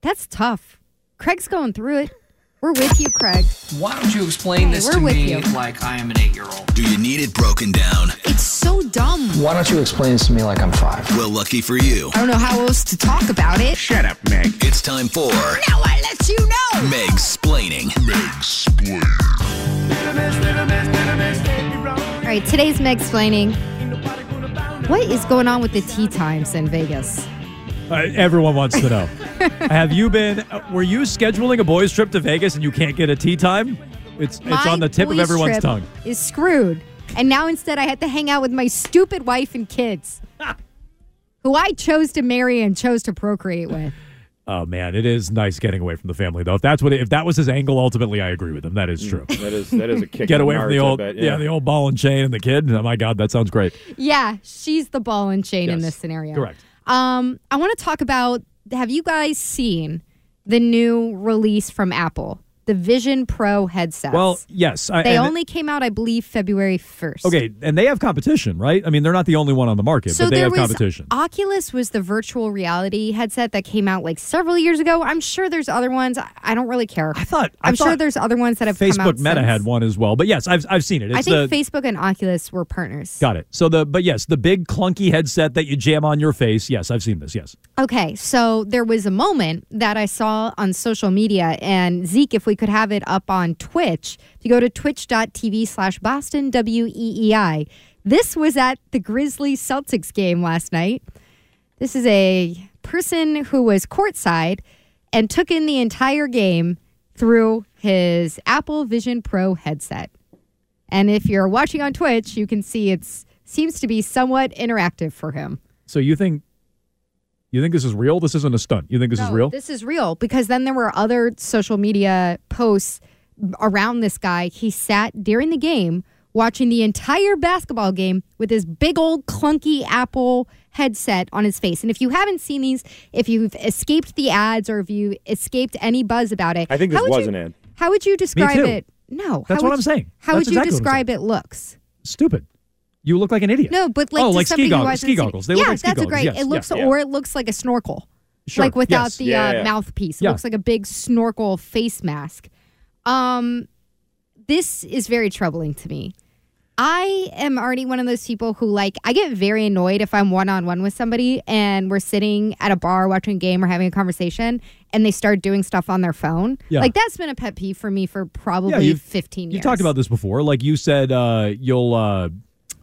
Speaker 5: That's tough. Craig's going through it. We're with you, Craig.
Speaker 16: Why don't you explain
Speaker 5: Hey,
Speaker 16: this
Speaker 5: we're
Speaker 16: to
Speaker 5: with
Speaker 16: me
Speaker 5: you.
Speaker 16: like I am an eight year old?
Speaker 2: Do you need it broken down?
Speaker 5: It's so dumb.
Speaker 16: Why don't you explain this to me like I'm five?
Speaker 2: Well, lucky for you.
Speaker 5: I don't know how else to talk about it.
Speaker 2: Shut up, Meg. It's time for
Speaker 5: Now I let you know.
Speaker 2: Meg's Splaining. Meg's
Speaker 5: All right, today's Meg explaining. What is going on with the tea times in Vegas?
Speaker 4: Uh, everyone wants to know. Have you been? uh, Were you scheduling a boys trip to Vegas and you can't get a tea time? It's it's
Speaker 5: My
Speaker 4: on the tip of
Speaker 5: boys'
Speaker 4: everyone's
Speaker 5: trip
Speaker 4: tongue.
Speaker 5: Is screwed, and now instead I had to hang out with my stupid wife and kids, who I chose to marry and chose to procreate with.
Speaker 4: Oh man, it is nice getting away from the family though. If that's what it, if that was his angle, ultimately I agree with him. That is true.
Speaker 7: That is that is a kick. in
Speaker 4: Get away from
Speaker 7: nards,
Speaker 4: the
Speaker 7: I
Speaker 4: old
Speaker 7: bet,
Speaker 4: yeah. the old ball and chain and the kid. Oh my god, that sounds great.
Speaker 5: Yeah, she's the ball and chain in this scenario.
Speaker 4: Correct.
Speaker 5: Um, I want to talk about. Have you guys seen the new release from Apple, the Vision Pro headsets?
Speaker 4: Well, yes. I,
Speaker 5: they
Speaker 4: and-
Speaker 5: only came out, I believe, February first.
Speaker 4: okay, and they have competition, right? I mean, they're not the only one on the market,
Speaker 5: So
Speaker 4: but they
Speaker 5: there
Speaker 4: have
Speaker 5: was
Speaker 4: competition.
Speaker 5: Oculus was the virtual reality headset that came out like several years ago. I'm sure there's other ones. I- I don't really care. I
Speaker 4: thought I
Speaker 5: am sure
Speaker 4: thought
Speaker 5: there's other ones that have come out
Speaker 4: Facebook Meta
Speaker 5: since.
Speaker 4: had one as well, but yes, I've I've seen it. It's
Speaker 5: I think
Speaker 4: the,
Speaker 5: Facebook and Oculus were partners.
Speaker 4: Got it. So the but yes, the big clunky headset that you jam on your face. Yes, I've seen this. Yes.
Speaker 5: Okay, so there was a moment that I saw on social media, and Zeke, if we could have it up on Twitch, if you go to twitch.tv slash Boston WEEI, this was at the Grizzlies Celtics game last night. This is a person who was courtside and took in the entire game through his Apple Vision Pro headset. And if you're watching on Twitch, you can see it's seems to be somewhat interactive for him.
Speaker 4: So you think You think this is real? This isn't a stunt. You think this is real?
Speaker 5: This is real because then there were other social media posts around this guy. He sat during the game watching the entire basketball game with his big old clunky Apple headset on his face. And if you haven't seen these, if you've escaped the ads or if you escaped any buzz about it,
Speaker 7: I think this
Speaker 5: how would
Speaker 7: was
Speaker 5: you-
Speaker 7: an ad.
Speaker 5: How would you describe
Speaker 4: too.
Speaker 5: it? No,
Speaker 4: That's
Speaker 5: how
Speaker 4: what
Speaker 5: would
Speaker 4: I'm
Speaker 5: you-
Speaker 4: saying.
Speaker 5: How
Speaker 4: That's
Speaker 5: would you
Speaker 4: exactly what I'm saying.
Speaker 5: describe it looks?
Speaker 4: Stupid. You look like an idiot.
Speaker 5: No, but like
Speaker 4: oh,
Speaker 5: just
Speaker 4: like
Speaker 5: something
Speaker 4: ski
Speaker 5: you
Speaker 4: goggles.
Speaker 5: watch
Speaker 4: Ski
Speaker 5: on the-
Speaker 4: goggles. They
Speaker 5: yeah,
Speaker 4: look like ski
Speaker 5: that's
Speaker 4: goggles.
Speaker 5: great.
Speaker 4: Yes,
Speaker 5: it looks,
Speaker 4: yes, yeah.
Speaker 5: or it looks like a snorkel,
Speaker 4: Sure,
Speaker 5: like without
Speaker 4: yes.
Speaker 5: the
Speaker 4: Yeah,
Speaker 5: uh,
Speaker 4: yeah, yeah.
Speaker 5: mouthpiece. It
Speaker 4: Yeah.
Speaker 5: looks like a big snorkel face mask. Um, this is very troubling to me. I am already one of those people who like I get very annoyed if I'm one on one with somebody and we're sitting at a bar watching a game or having a conversation and they start doing stuff on their phone.
Speaker 4: Yeah.
Speaker 5: Like that's been a pet peeve for me for probably
Speaker 4: you've-
Speaker 5: 15 years.
Speaker 4: You talked about this before. Like you said, uh, you'll uh,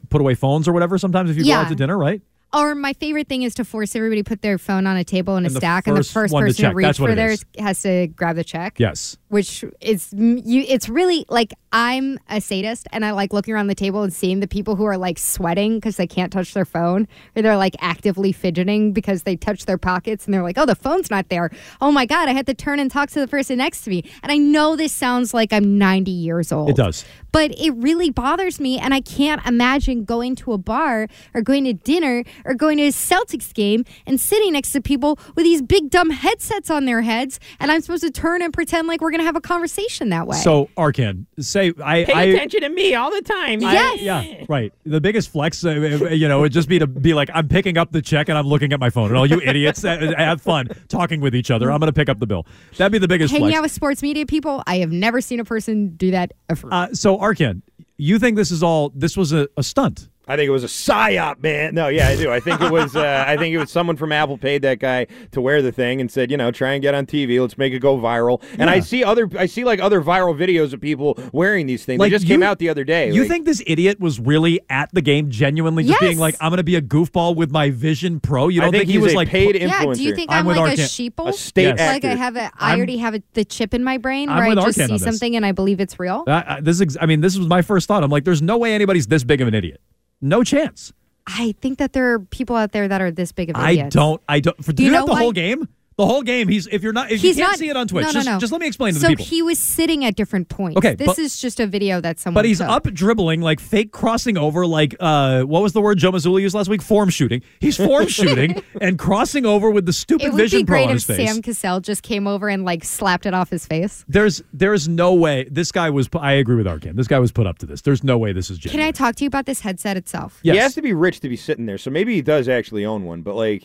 Speaker 4: put away phones or whatever sometimes if you go out
Speaker 5: Yeah.
Speaker 4: to dinner, right?
Speaker 5: Or my favorite thing is to force everybody to put their phone on a table in a
Speaker 4: And the
Speaker 5: stack, and the
Speaker 4: first
Speaker 5: first
Speaker 4: one to
Speaker 5: person to,
Speaker 4: check.
Speaker 5: reach
Speaker 4: That's what
Speaker 5: for
Speaker 4: it
Speaker 5: theirs
Speaker 4: is.
Speaker 5: has to grab the check.
Speaker 4: Yes.
Speaker 5: Which is mm, you? It's really like I'm a sadist, and I like looking around the table and seeing the people who are like sweating because they can't touch their phone, or they're like actively fidgeting because they touch their pockets, and they're like, "Oh, the phone's not there. Oh my god, I had to turn and talk to the person next to me." And I know this sounds like I'm 90 years old.
Speaker 4: It does.
Speaker 5: But it really bothers me, and I can't imagine going to a bar or going to dinner or going to a Celtics game and sitting next to people with these big dumb headsets on their heads, and I'm supposed to turn and pretend like we're going to have a conversation that way.
Speaker 4: So, Arkan, say I.
Speaker 14: Pay
Speaker 4: I
Speaker 14: attention to me all the time.
Speaker 4: I- yeah, right. The biggest flex, uh, you know, would just be to be like, I'm picking up the check and I'm looking at my phone, and all you idiots uh, have fun talking with each other. I'm going to pick up the bill. That'd be the biggest
Speaker 5: Hanging
Speaker 4: flex.
Speaker 5: out with sports media people, I have never seen a person do that ever.
Speaker 4: uh, so, Arkan, you think this is all? This was a, a stunt?
Speaker 7: I think it was a psyop, man. No, yeah, I do. I think it was. Uh, I think it was someone from Apple paid that guy to wear the thing and said, you know, try and get on TV. Let's make it go viral. And I
Speaker 4: Yeah.
Speaker 7: see other. I see like other viral videos of people wearing these things. they just came
Speaker 4: you-
Speaker 7: out the other day.
Speaker 4: You
Speaker 7: Like,
Speaker 4: think this idiot was really at the game, genuinely just being
Speaker 5: Yes.
Speaker 4: like, "I'm going to be a goofball with my Vision Pro." You
Speaker 7: I
Speaker 4: don't
Speaker 7: think
Speaker 4: he
Speaker 7: he's
Speaker 4: was
Speaker 7: a
Speaker 4: like
Speaker 7: paid
Speaker 5: Yeah, do you think I'm,
Speaker 4: with
Speaker 5: like a
Speaker 4: Arkan.
Speaker 5: sheeple?
Speaker 4: Yes.
Speaker 5: like I have a, I
Speaker 4: I'm-
Speaker 5: already have a, the chip in my brain
Speaker 4: I'm
Speaker 5: where I
Speaker 4: with
Speaker 5: just
Speaker 4: Arkan on
Speaker 5: see
Speaker 4: this.
Speaker 5: something and I believe it's real.
Speaker 4: I- I- uh, this is. ex- I mean, this was my first thought. I'm like, there's no way anybody's this big of an idiot. No chance.
Speaker 5: I think that there are people out there that are this big of idiots.
Speaker 4: I don't. I don't. For, do
Speaker 5: You
Speaker 4: you
Speaker 5: know
Speaker 4: not the
Speaker 5: what?
Speaker 4: whole game? The whole game. He's if you're not if you can't see it on Twitch.
Speaker 5: No, no,
Speaker 4: just,
Speaker 5: no.
Speaker 4: just let me explain to
Speaker 5: so
Speaker 4: the people.
Speaker 5: he was sitting at different points.
Speaker 4: Okay,
Speaker 5: this
Speaker 4: but-
Speaker 5: is just a video that someone.
Speaker 4: but he's
Speaker 5: took.
Speaker 4: up dribbling, like fake crossing over, like uh, what was the word Joe Mazzulla used last week? Form shooting. He's form shooting and crossing over with the stupid
Speaker 5: It would
Speaker 4: vision
Speaker 5: be great
Speaker 4: pro on
Speaker 5: if
Speaker 4: his face.
Speaker 5: Sam Cassell just came over and like slapped it off his face.
Speaker 4: There's there's no way this guy was. pu- I agree with Arkan. This guy was put up to this. There's no way this is
Speaker 5: Can
Speaker 4: genuine.
Speaker 5: I talk to you about this headset itself?
Speaker 7: He has to be rich to be sitting there. So maybe he does actually own one. But like,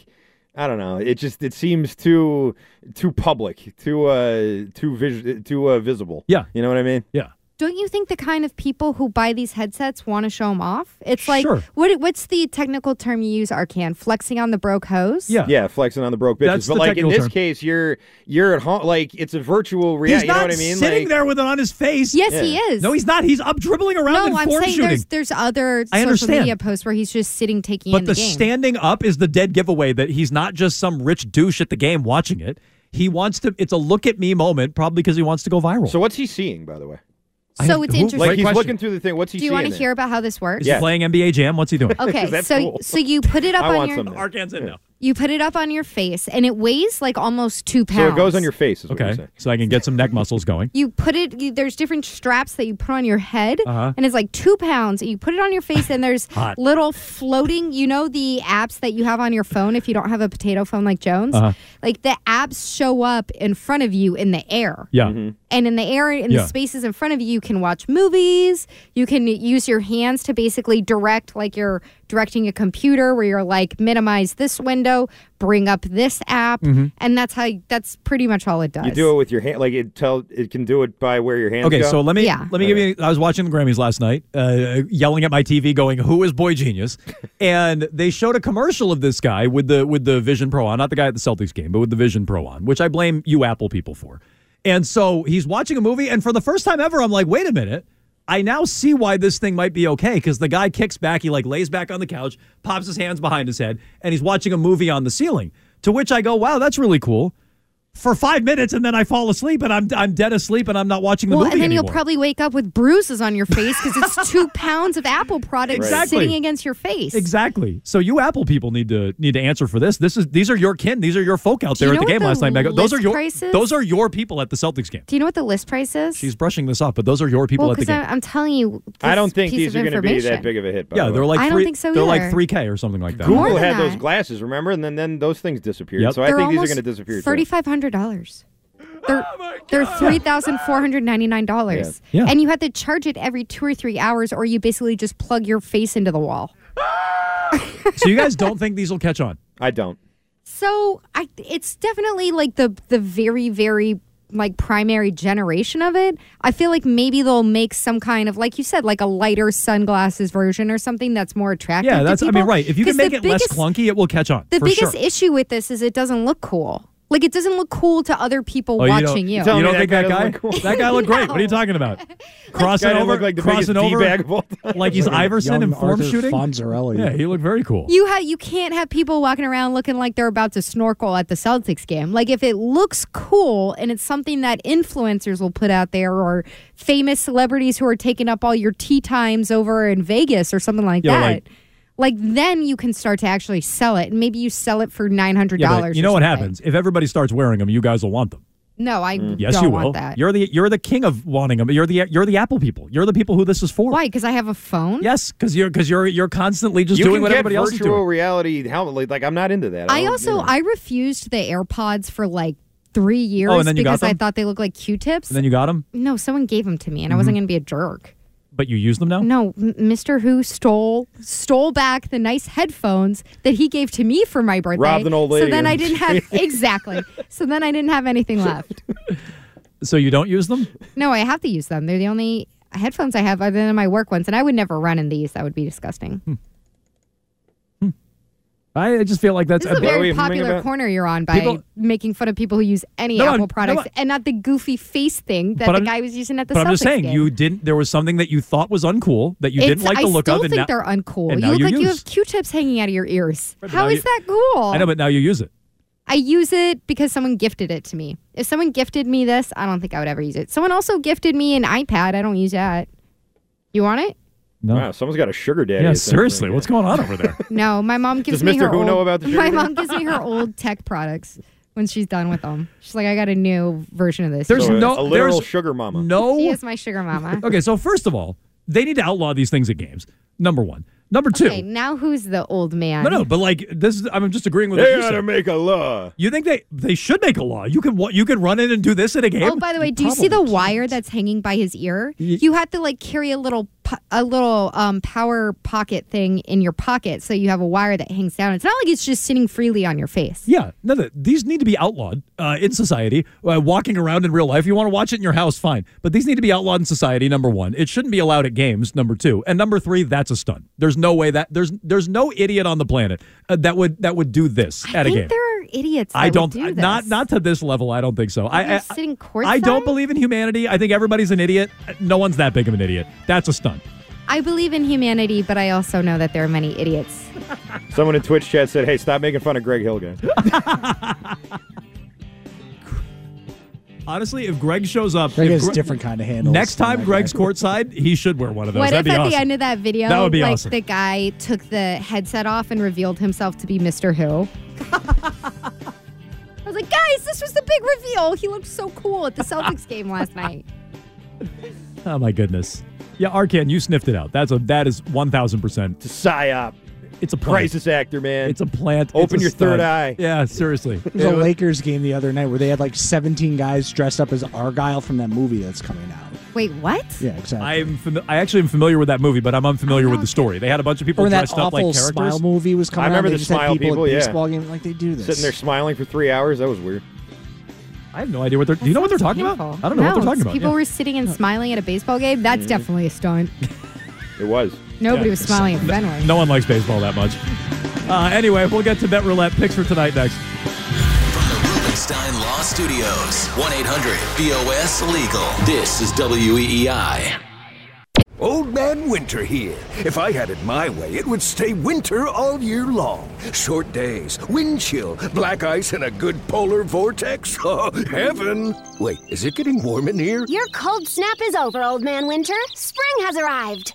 Speaker 7: I don't know. It just it seems too too public, too uh too vis- too uh, visible. Yeah, you know what I mean.
Speaker 4: Yeah.
Speaker 5: Don't you think the kind of people who buy these headsets want to show them off? It's like
Speaker 7: Sure.
Speaker 5: what what's the technical term you use, Arcan? Flexing on the broke hose.
Speaker 7: yeah, flexing on the broke bitches.
Speaker 4: That's
Speaker 7: but
Speaker 4: the
Speaker 7: like in
Speaker 4: technical
Speaker 7: this
Speaker 4: term.
Speaker 7: case, you're you're at home. Like it's a virtual
Speaker 4: He's
Speaker 7: reality. You know
Speaker 4: not
Speaker 7: what I mean?
Speaker 4: sitting
Speaker 7: Like-
Speaker 4: there with it on his face.
Speaker 5: Yes, he is.
Speaker 4: No, he's not. He's up dribbling around
Speaker 5: No,
Speaker 4: and
Speaker 5: I'm
Speaker 4: form
Speaker 5: saying
Speaker 4: shooting.
Speaker 5: there's there's other
Speaker 4: I
Speaker 5: social
Speaker 4: understand.
Speaker 5: media posts where he's just sitting taking
Speaker 4: But
Speaker 5: in
Speaker 4: the,
Speaker 5: the, game.
Speaker 4: standing up is the dead giveaway that he's not just some rich douche at the game watching it. He wants to. It's a look at me moment, probably because he wants to go viral. So
Speaker 7: what's he seeing, by the way?
Speaker 5: So it's interesting.
Speaker 4: Great
Speaker 7: Like he's
Speaker 4: question.
Speaker 7: looking through the thing. What's he?
Speaker 5: Do you want to
Speaker 7: seeing
Speaker 5: hear about how this works?
Speaker 4: Is he playing NBA Jam? What's he doing?
Speaker 5: Okay, so so you put it up on your
Speaker 4: Arcan's in now.
Speaker 5: You put it up on your face, and it weighs like almost two
Speaker 7: So
Speaker 5: pounds.
Speaker 7: it goes on your face. Is what
Speaker 4: okay,
Speaker 7: you're saying.
Speaker 4: so I can get some neck muscles going.
Speaker 5: You put it. You, there's different straps that you put on your head,
Speaker 4: Uh-huh.
Speaker 5: and it's like two pounds. You put it on your face, and there's
Speaker 4: Hot.
Speaker 5: little floating. You know the apps that you have on your phone if you don't have a potato phone like Jones.
Speaker 4: Uh-huh.
Speaker 5: Like the apps show up in front of you in the air.
Speaker 4: Yeah.
Speaker 5: And in the air, in
Speaker 4: Yeah.
Speaker 5: the spaces in front of you, you can watch movies. You can use your hands to basically direct, like you're directing a computer, where you're like, minimize this window, bring up this app,
Speaker 4: Mm-hmm.
Speaker 7: Mhm.
Speaker 5: and that's how. That's pretty much all it does.
Speaker 7: You do it with your hand. Like it tell it can do it by where your hands.
Speaker 4: Okay,
Speaker 7: go.
Speaker 4: so let me let me give you. I was watching the Grammys last night, uh, yelling at my TV, going, "Who is Boy Genius?" and they showed a commercial of this guy with the with the Vision Pro on, not the guy at the Celtics game, but with the Vision Pro on, which I blame you Apple people for. And so he's watching a movie, and for the first time ever, I'm like, "Wait a minute." I now see why this thing might be okay because the guy kicks back, he like lays back on the couch, pops his hands behind his head, and he's watching a movie on the ceiling. To which I go, wow, that's really cool. for five minutes and then I fall asleep and I'm I'm dead asleep and I'm not watching the
Speaker 5: well,
Speaker 4: movie
Speaker 5: and then
Speaker 4: anymore.
Speaker 5: you'll probably wake up with bruises on your face because it's two pounds of Apple product
Speaker 4: Exactly.
Speaker 5: sitting against your face.
Speaker 4: Exactly. So you Apple people need to need to answer for this. This is these are your kin. These are your folk out
Speaker 5: Do
Speaker 4: there
Speaker 5: you
Speaker 4: at
Speaker 5: know
Speaker 4: the
Speaker 5: what
Speaker 4: game
Speaker 5: the
Speaker 4: last night, Megan. Those are
Speaker 5: list
Speaker 4: your
Speaker 5: price is?
Speaker 4: those are your people at the Celtics game.
Speaker 5: Do you know what the list price is?
Speaker 4: She's brushing this off, but those are your people
Speaker 5: well,
Speaker 4: at the
Speaker 5: because
Speaker 4: game.
Speaker 5: I'm telling you,
Speaker 7: I don't
Speaker 5: this
Speaker 7: think
Speaker 5: piece
Speaker 7: these
Speaker 5: of
Speaker 7: are going to be
Speaker 5: information.
Speaker 7: that big of a hit. By
Speaker 4: yeah,
Speaker 7: the way.
Speaker 4: they're like
Speaker 5: I don't
Speaker 4: three,
Speaker 5: think so
Speaker 4: They're like
Speaker 5: either.
Speaker 4: three K or something like that.
Speaker 5: More
Speaker 7: Google
Speaker 5: than
Speaker 7: had those
Speaker 5: that.
Speaker 7: glasses, remember? And then, then those things disappeared. So I
Speaker 5: They're
Speaker 7: think these are
Speaker 5: almost
Speaker 7: going to disappear. too.
Speaker 5: Thirty-five hundred dollars. They're,
Speaker 4: Oh
Speaker 5: they're three thousand four hundred ninety-nine dollars,
Speaker 7: Yeah. Yeah.
Speaker 5: and you have to charge it every two or three hours, or you basically just plug your face into the wall.
Speaker 4: so you guys don't think these will catch on?
Speaker 7: I don't.
Speaker 5: So I, it's definitely like the the very very like primary generation of it. I feel like maybe they'll make some kind of like you said, like a lighter sunglasses version or something that's more attractive.
Speaker 4: Yeah,
Speaker 5: to
Speaker 4: that's. I mean,
Speaker 5: people.
Speaker 4: right. If you can
Speaker 5: 'Cause the
Speaker 4: make it less
Speaker 5: biggest-
Speaker 4: clunky, it will catch on.
Speaker 5: The
Speaker 4: for
Speaker 5: biggest
Speaker 4: sure.
Speaker 5: issue with this is it doesn't look cool. Like it doesn't look cool to other people
Speaker 4: Oh,
Speaker 5: watching
Speaker 4: you. Don't, you don't think that guy? That guy looked great. What are you talking about? Crossing
Speaker 7: Guy didn't
Speaker 4: over,
Speaker 7: look like the biggest
Speaker 4: crossing over,
Speaker 7: D-bag of all time.
Speaker 4: like he's
Speaker 7: Like a
Speaker 4: Iverson
Speaker 7: young
Speaker 4: in form
Speaker 7: Arthur
Speaker 4: shooting.
Speaker 7: Fonzarelli.
Speaker 4: Yeah, he looked very cool.
Speaker 5: You have you can't have people walking around looking like they're about to snorkel at the Celtics game. Like if it looks cool and it's something that influencers will put out there or famous celebrities who are taking up all your tea times over in Vegas or something like
Speaker 4: Yeah,
Speaker 5: that.
Speaker 4: like-
Speaker 5: Like, then you can start to actually sell it, and maybe you sell it for nine hundred
Speaker 4: Yeah, but
Speaker 5: dollars.
Speaker 4: you know what happens if everybody starts wearing them? You guys will want them.
Speaker 5: No, I
Speaker 4: Yes,
Speaker 5: don't
Speaker 4: you
Speaker 5: want
Speaker 4: will.
Speaker 5: that.
Speaker 4: You're the you're the king of wanting them. You're the you're the Apple people. You're the people who this is for.
Speaker 5: Why? Because I have a phone.
Speaker 4: Yes, because you're because you're you're constantly just
Speaker 7: you
Speaker 4: doing
Speaker 7: can
Speaker 4: what
Speaker 7: get
Speaker 4: everybody else is
Speaker 7: virtual
Speaker 4: doing.
Speaker 7: reality helmet. Like I'm not into that.
Speaker 5: I
Speaker 4: Oh,
Speaker 7: don't-
Speaker 5: also
Speaker 7: you know.
Speaker 5: I refused the AirPods for like three years
Speaker 4: Oh, and then you got
Speaker 5: because I
Speaker 4: them?
Speaker 5: thought they looked like Q-tips.
Speaker 4: And then you got Mm-hmm. them,
Speaker 5: No, someone gave them to me, and I wasn't going to be a jerk.
Speaker 4: but you use them now.
Speaker 5: No, M- Mr. Who stole stole back the nice headphones that he gave to me for my birthday.
Speaker 4: Robbed an old
Speaker 5: So
Speaker 4: lady
Speaker 5: then
Speaker 4: and-
Speaker 5: I didn't have exactly. So then I didn't have anything left.
Speaker 4: So you don't use them.
Speaker 5: No, I have to use them. They're the only headphones I have other than my work ones, and I would never run in these. That would be disgusting.
Speaker 4: Hmm. I, I just feel like that's
Speaker 5: This is a very popular corner you're on by
Speaker 4: People-
Speaker 5: making fun of people who use any
Speaker 4: No, I'm-
Speaker 5: Apple
Speaker 4: no,
Speaker 5: products
Speaker 4: I'm-
Speaker 5: and not the goofy face thing that
Speaker 4: But
Speaker 5: the
Speaker 4: I'm-
Speaker 5: guy was using at the
Speaker 4: But I'm
Speaker 5: Celtics
Speaker 4: just saying,
Speaker 5: game.
Speaker 4: you didn't. There was something that you thought was uncool that you didn't
Speaker 5: It's-
Speaker 4: like the
Speaker 5: I
Speaker 4: look
Speaker 5: still
Speaker 4: of, and
Speaker 5: think
Speaker 4: now
Speaker 5: they're uncool.
Speaker 4: and
Speaker 5: You
Speaker 4: now
Speaker 5: look
Speaker 4: you
Speaker 5: like you
Speaker 4: use.
Speaker 5: have Q-tips hanging out of your ears.
Speaker 4: but
Speaker 5: How
Speaker 4: now
Speaker 5: is
Speaker 4: you-
Speaker 5: that cool?
Speaker 4: I know, but now you use it.
Speaker 5: I use it because someone gifted it to me. If someone gifted me this, I don't think I would ever use it. Someone also gifted me an iPad. I don't use that. You want it?
Speaker 4: No.
Speaker 7: Wow, someone's got a sugar daddy.
Speaker 4: Yeah,
Speaker 7: essentially.
Speaker 4: seriously, what's going on over there?
Speaker 5: No, my mom gives
Speaker 7: Does
Speaker 5: me
Speaker 7: Mr.
Speaker 5: her
Speaker 7: Who
Speaker 5: old,
Speaker 7: know about the
Speaker 5: My
Speaker 7: sugar?
Speaker 5: mom gives me her old tech products when she's done with them. She's like, I got a new version of this.
Speaker 4: There's
Speaker 5: You want
Speaker 4: no
Speaker 7: a literal
Speaker 4: there's
Speaker 7: sugar mama.
Speaker 5: it? She
Speaker 4: No.
Speaker 5: is my sugar mama.
Speaker 4: Okay, so first of all, they need to outlaw these things at games. Number one. Number two.
Speaker 5: Okay, now who's the old man?
Speaker 4: No, no, but like this, is, I'm just agreeing with.
Speaker 7: They
Speaker 4: what you
Speaker 7: oughta
Speaker 4: said.
Speaker 7: make a law.
Speaker 4: You think they they should make a law? You can wa- you can run in and do this at a game.
Speaker 5: Oh, by the way, do you see the
Speaker 4: Probably.
Speaker 5: wire that's hanging by his ear?
Speaker 4: Ye-
Speaker 5: You have to like carry a little po- a little um, power pocket thing in your pocket, so you have a wire that hangs down. It's not like it's just sitting freely on your face.
Speaker 4: Yeah, no, no, these need to be outlawed uh, in society. Uh, walking around in real life, you want to watch it in your house, fine. But these need to be outlawed in society. Number one, it shouldn't be allowed at games. Number two, and number three, that's a stunt. There's no way that there's there's no idiot on the planet uh, that would that would do this
Speaker 5: I
Speaker 4: at a
Speaker 5: think
Speaker 4: game.
Speaker 5: there are idiots. That
Speaker 4: I don't
Speaker 5: Would do this.
Speaker 4: not not to this level. I don't think so. I, I
Speaker 5: You're sitting courtside.
Speaker 4: I don't believe in humanity. I think everybody's an idiot. No one's that big of an idiot. That's a stunt.
Speaker 5: I believe in humanity, but I also know that there are many idiots.
Speaker 7: Someone in Twitch chat said, "Hey, stop making fun of Greg Hilga."
Speaker 4: Honestly, if Greg shows up,
Speaker 6: Greg
Speaker 4: if
Speaker 6: has
Speaker 4: Gre-
Speaker 6: different kind of handles.
Speaker 4: Next
Speaker 6: than
Speaker 4: time
Speaker 6: that
Speaker 4: Greg's
Speaker 6: guy.
Speaker 4: courtside, he should wear one of those.
Speaker 5: What if
Speaker 4: That'd be
Speaker 5: at
Speaker 4: awesome.
Speaker 5: the end of that video,
Speaker 4: That would be
Speaker 5: like
Speaker 4: awesome.
Speaker 5: the guy took the headset off and revealed himself to be Mr. Who? I was like, guys, this was the big reveal. He looked so cool at the Celtics game last night.
Speaker 4: Oh my goodness. Yeah, Arcan, you sniffed it out. That's a that is one thousand percent
Speaker 7: psyop.
Speaker 4: It's a plant.
Speaker 7: crisis actor, man.
Speaker 4: It's a plant. It's
Speaker 7: Open
Speaker 4: a
Speaker 7: your third
Speaker 4: stunt.
Speaker 7: eye.
Speaker 4: Yeah, seriously.
Speaker 6: There was a Lakers game the other night where they had like 17 guys dressed up as Argyle from that movie that's coming out.
Speaker 5: Wait, what?
Speaker 6: Yeah, exactly.
Speaker 4: I'm fami- I actually am familiar with that movie, but I'm unfamiliar with the story. They had a bunch of people
Speaker 6: Or that
Speaker 4: dressed up
Speaker 6: awful
Speaker 4: like characters.
Speaker 6: smile movie was coming
Speaker 7: I
Speaker 6: out.
Speaker 7: remember
Speaker 6: they
Speaker 7: the
Speaker 6: just had
Speaker 7: smile
Speaker 6: people,
Speaker 7: people,
Speaker 6: at
Speaker 7: yeah.
Speaker 6: baseball game like they do this.
Speaker 7: Sitting there smiling for three hours. That was weird.
Speaker 4: I have no idea what they're. do you know what they're talking about? I don't know
Speaker 5: no,
Speaker 4: what they're talking
Speaker 5: it's People
Speaker 4: about. Yeah. Mm-hmm.
Speaker 5: were sitting and smiling at a baseball game. That's definitely a stunt.
Speaker 7: It was.
Speaker 5: Nobody was smiling at
Speaker 4: No-
Speaker 5: Fenway.
Speaker 4: No one likes baseball that much. Uh, anyway, we'll get to Bet Roulette picks for tonight next.
Speaker 2: Rubenstein Law E Studios, 1 800 BOS Legal. This is WEEI.
Speaker 14: Old Man Winter here. If I had it my way, it would stay winter all year long. Short days, wind chill, black ice, and a good polar vortex. Oh, heaven! Wait, is it getting warm in here?
Speaker 17: Your cold snap is over, Old Man Winter. Spring has arrived.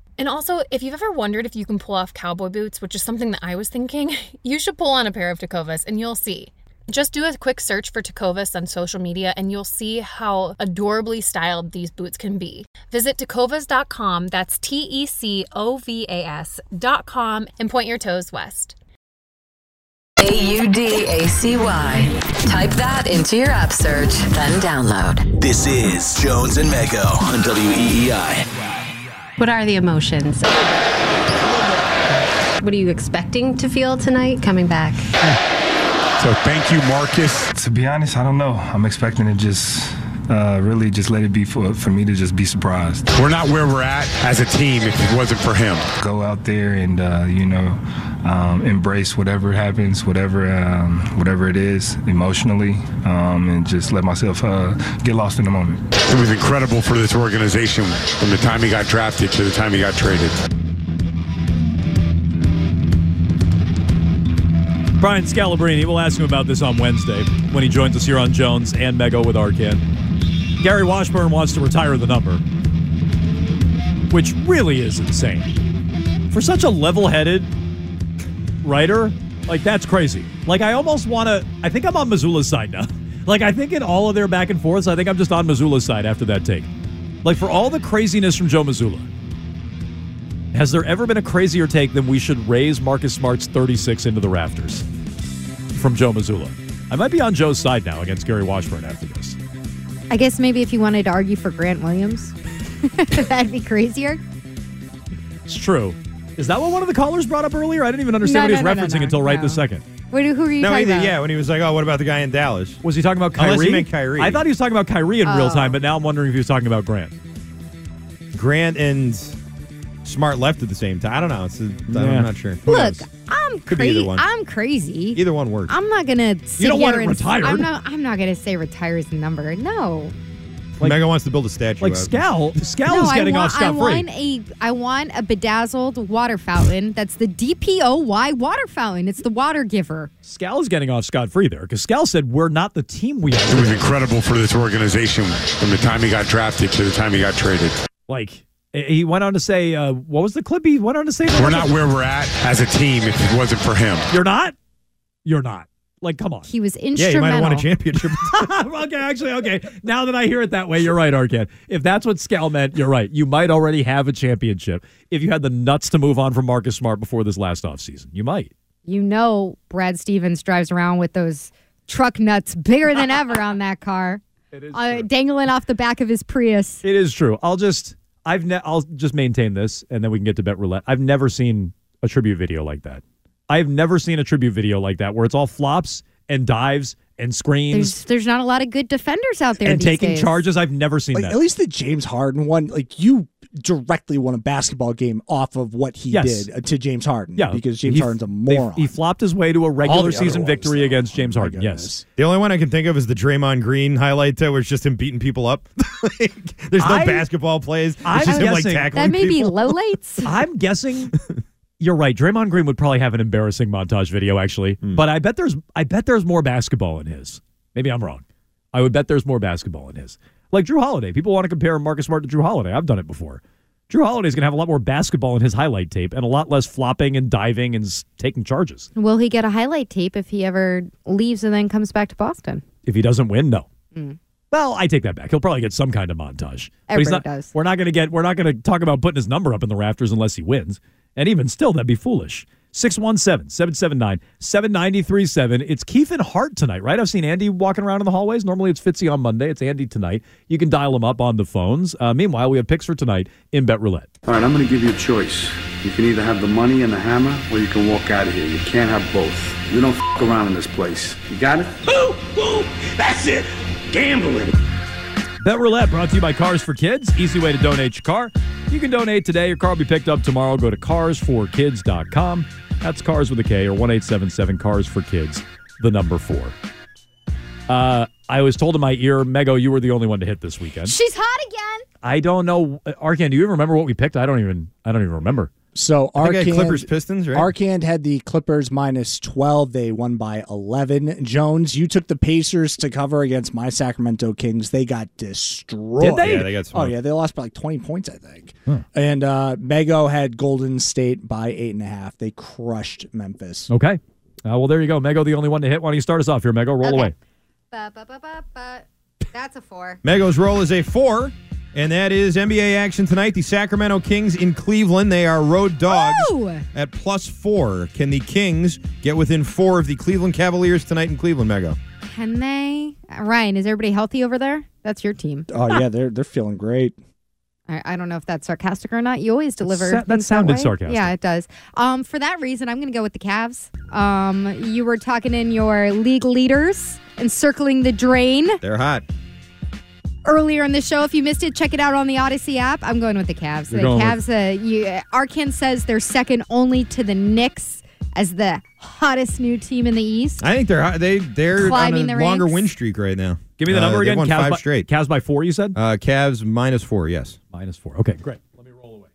Speaker 18: And also, if you've ever wondered if you can pull off cowboy boots, which is something that I was thinking, you should pull on a pair of Tecovas and you'll see. Just do a quick search for Tecovas on social media and you'll see how adorably styled these boots can be. Visit tecovas.com, that's T E C O V A S.com, and point your toes west.
Speaker 12: A U D A C Y. Type that into your app search, then download.
Speaker 2: This is Jones and Mego on E WEEI.
Speaker 19: What are the emotions? What are you expecting to feel tonight coming back?
Speaker 20: So thank you, Marcus. To be honest, I don't know. I'm expecting to just uh, really just let it be for, for me to just be surprised. We're not where we're at as a team if it wasn't for him. Go out there and uh, you know um, embrace whatever happens, whatever um, whatever it is emotionally, um, and just let myself uh, get lost in the moment.
Speaker 21: It was incredible for this organization from the time he got drafted to the time he got traded.
Speaker 4: Brian Scalabrine, we'll ask him about this on Wednesday when he joins us here on Jones and Mego with Arcan. Gary Washburn wants to retire the number, which really is insane. For such a level headed writer, like, that's crazy. Like, I almost want to, I think I'm on Missoula's side now. Like, I think in all of their back and forths, I think I'm just on Missoula's side after that take. Like, for all the craziness from Joe Missoula, has there ever been a crazier take than we should raise Marcus Smart's 36 into the rafters? From Joe Missoula. I might be on Joe's side now against Gary Washburn after this.
Speaker 5: I guess maybe if you wanted to argue for Grant Williams, that'd be crazier.
Speaker 4: It's true. Is that what one of the callers brought up earlier? I didn't even understand
Speaker 5: No,
Speaker 4: what he
Speaker 5: no,
Speaker 4: was
Speaker 5: no, no,
Speaker 4: referencing
Speaker 5: no,
Speaker 4: until right
Speaker 5: no.
Speaker 4: this second.
Speaker 5: What, who are you
Speaker 7: No,
Speaker 5: talking
Speaker 7: either,
Speaker 5: about?
Speaker 7: yeah, when he was like, oh, what about the guy in Dallas?
Speaker 4: Was he talking about Kyrie?
Speaker 7: Unless he meant Kyrie.
Speaker 4: I thought he was talking about Kyrie in
Speaker 5: Oh.
Speaker 4: real time, but now I'm wondering if he was talking about Grant.
Speaker 22: Grant and Smart left at the same time. I don't know. It's a,
Speaker 4: Yeah.
Speaker 22: I'm not sure. Who
Speaker 5: Look,
Speaker 22: knows?
Speaker 5: I'm
Speaker 22: Could be either
Speaker 5: crazy.
Speaker 22: one.
Speaker 5: I'm crazy.
Speaker 22: Either one works.
Speaker 5: I'm not gonna. Sit
Speaker 22: don't
Speaker 5: here
Speaker 22: want it
Speaker 5: and-
Speaker 22: retired.
Speaker 5: I'm not. I'm not gonna say retires the number. No.
Speaker 22: Mega wants to build a statue.
Speaker 4: Like
Speaker 22: out of it.
Speaker 4: Scal, Scal
Speaker 5: no,
Speaker 4: is
Speaker 5: I
Speaker 4: getting
Speaker 5: want,
Speaker 4: off scot
Speaker 5: I
Speaker 4: free.
Speaker 5: want a. I want a bedazzled water fountain. That's the DPOY water fountain. It's the water giver.
Speaker 4: Scal is getting off scot free there because Scal said we're not the team we are.
Speaker 21: It was incredible for this organization from the time he got drafted to the time he got traded.
Speaker 4: Like eh, he went on to say, uh, what was the clip he went on to say?
Speaker 21: We're not where we're at as a team if it wasn't for him.
Speaker 4: You're not. You're not. Like, come on.
Speaker 5: He was
Speaker 4: Yeah, you
Speaker 5: instrumental.
Speaker 4: might have won a
Speaker 22: championship.
Speaker 4: okay, actually, okay. Now that I hear it that way, you're right, Arcad. If that's what Scal meant, you're right. You might already have a championship if you had the nuts to move on from Marcus Smart before this last offseason. You might.
Speaker 5: You know, Brad Stevens drives around with those truck nuts bigger than ever on that car,
Speaker 4: It
Speaker 5: is uh, dangling off the back of his Prius.
Speaker 4: It is true. I'll just I've ne- I'll just maintain this, and then we can get to bet roulette. I've never seen a tribute video like that. I've never seen a tribute video like that where it's all flops and dives and
Speaker 5: There's
Speaker 4: screens
Speaker 5: there's not a lot of good defenders out there.
Speaker 4: and
Speaker 5: these
Speaker 4: taking
Speaker 5: days.
Speaker 4: charges. I've never seen
Speaker 6: Like,
Speaker 4: that.
Speaker 6: at least the James Harden one, like you directly won a basketball game off of what he
Speaker 4: Yes.
Speaker 6: did uh, to James Harden.
Speaker 4: Yeah,
Speaker 6: because James
Speaker 4: He-
Speaker 6: Harden's a
Speaker 4: they-
Speaker 6: moron.
Speaker 4: He flopped his way to a regular
Speaker 7: other
Speaker 4: season
Speaker 7: ones,
Speaker 4: victory against James Harden. Yes.
Speaker 7: The only one I can think of is the Draymond Green highlight, though, where it's just him beating people up. Like, there's no
Speaker 4: I-
Speaker 7: basketball plays. It's
Speaker 4: I'm
Speaker 7: just him like
Speaker 4: guessing-
Speaker 7: tackling.
Speaker 5: that may be
Speaker 7: people.
Speaker 5: lowlights.
Speaker 4: I'm guessing you're right. Draymond Green would probably have an embarrassing montage video actually,
Speaker 7: Hmm.
Speaker 4: but I bet there's I bet there's more basketball in his. Maybe I'm wrong. I would bet there's more basketball in his. Like Drew Holiday, people want to compare Marcus Smart to Drew Holiday. I've done it before. Drew Holiday's going to have a lot more basketball in his highlight tape and a lot less flopping and diving and s- taking charges.
Speaker 5: Will he get a highlight tape if he ever leaves and then comes back to Boston?
Speaker 4: If he doesn't win, no.
Speaker 5: Mm.
Speaker 4: Well, I take that back. He'll probably get some kind of montage. But he's
Speaker 5: Everybody
Speaker 4: not-
Speaker 5: does.
Speaker 4: We're not going to get. We're not going to talk about putting his number up in the rafters unless he wins. And even still, that'd be foolish. 617-779-7937. It's Keith and Hart tonight, right? I've seen Andy walking around in the hallways. Normally it's Fitzy on Monday. It's Andy tonight. You can dial him up on the phones. Uh, meanwhile, we have picks for tonight in Bet Roulette.
Speaker 21: All right, I'm going to give you a choice. You can either have the money and the hammer, or you can walk out of here. You can't have both. We don't f- around in this place. You got it? Boom, boom. That's it. Gambling.
Speaker 4: Bet Roulette brought to you by Cars for Kids. Easy way to donate your car. You can donate today. Your car will be picked up tomorrow. Go to carsforkids.com. That's cars with a K or 1877 cars for kids, the number four. Uh, I was told in my ear, Mego, you were the only one to hit this weekend.
Speaker 5: She's hot again.
Speaker 4: I don't know. Arkan, do you even remember what we picked? I don't even I don't even remember.
Speaker 6: So
Speaker 7: I think I had
Speaker 6: Arcand,
Speaker 7: Clippers, Pistons, right?
Speaker 6: Arcand had the Clippers minus twelve. They won by eleven. Jones, you took the Pacers to cover against my Sacramento Kings. They got destroyed.
Speaker 7: Did they? Yeah, they got
Speaker 6: oh
Speaker 7: smoked.
Speaker 6: yeah, they lost by like twenty points, I think. And uh, Mego had Golden State by eight and a half. They crushed Memphis.
Speaker 4: Okay. Uh, well, there you go. Mego, the only one to hit. Why don't you start us off here, Mego? Roll away.
Speaker 5: That's a four.
Speaker 7: Mego's roll is a four, and that is NBA action tonight. The Sacramento Kings in Cleveland. They are road dogs
Speaker 5: Ooh.
Speaker 7: at plus four. Can the Kings get within four of the Cleveland Cavaliers tonight in Cleveland, Mego?
Speaker 5: Can they? Ryan, is everybody healthy over there? That's your team.
Speaker 6: Oh yeah, they're they're feeling great.
Speaker 5: I, I don't know if that's sarcastic or not. You always deliver.
Speaker 6: sa- that
Speaker 5: things that
Speaker 6: sounded
Speaker 5: way.
Speaker 6: sarcastic.
Speaker 5: Yeah, it does. Um, for that reason, I'm going to go with the Cavs. Um, you were talking in your league leaders and circling the drain
Speaker 7: They're hot.
Speaker 5: earlier in the show. If you missed it, check it out on the Odyssey app. I'm going with the Cavs.
Speaker 7: You're
Speaker 5: the
Speaker 7: going
Speaker 5: Cavs. Uh, you, Arkin says they're second only to the Knicks as the hottest new team in the East.
Speaker 7: I think they're hot. They they're
Speaker 5: Climbing
Speaker 7: on a
Speaker 5: the
Speaker 7: longer
Speaker 5: ranks.
Speaker 7: win streak right now. Uh,
Speaker 4: Give me the number
Speaker 7: they
Speaker 4: again.
Speaker 7: Won
Speaker 4: Cavs
Speaker 7: five
Speaker 4: by-
Speaker 7: straight.
Speaker 4: Cavs by four. You said.
Speaker 7: Uh, Cavs minus four. Yes.
Speaker 4: Minus four. Okay, great.
Speaker 7: Let me roll away.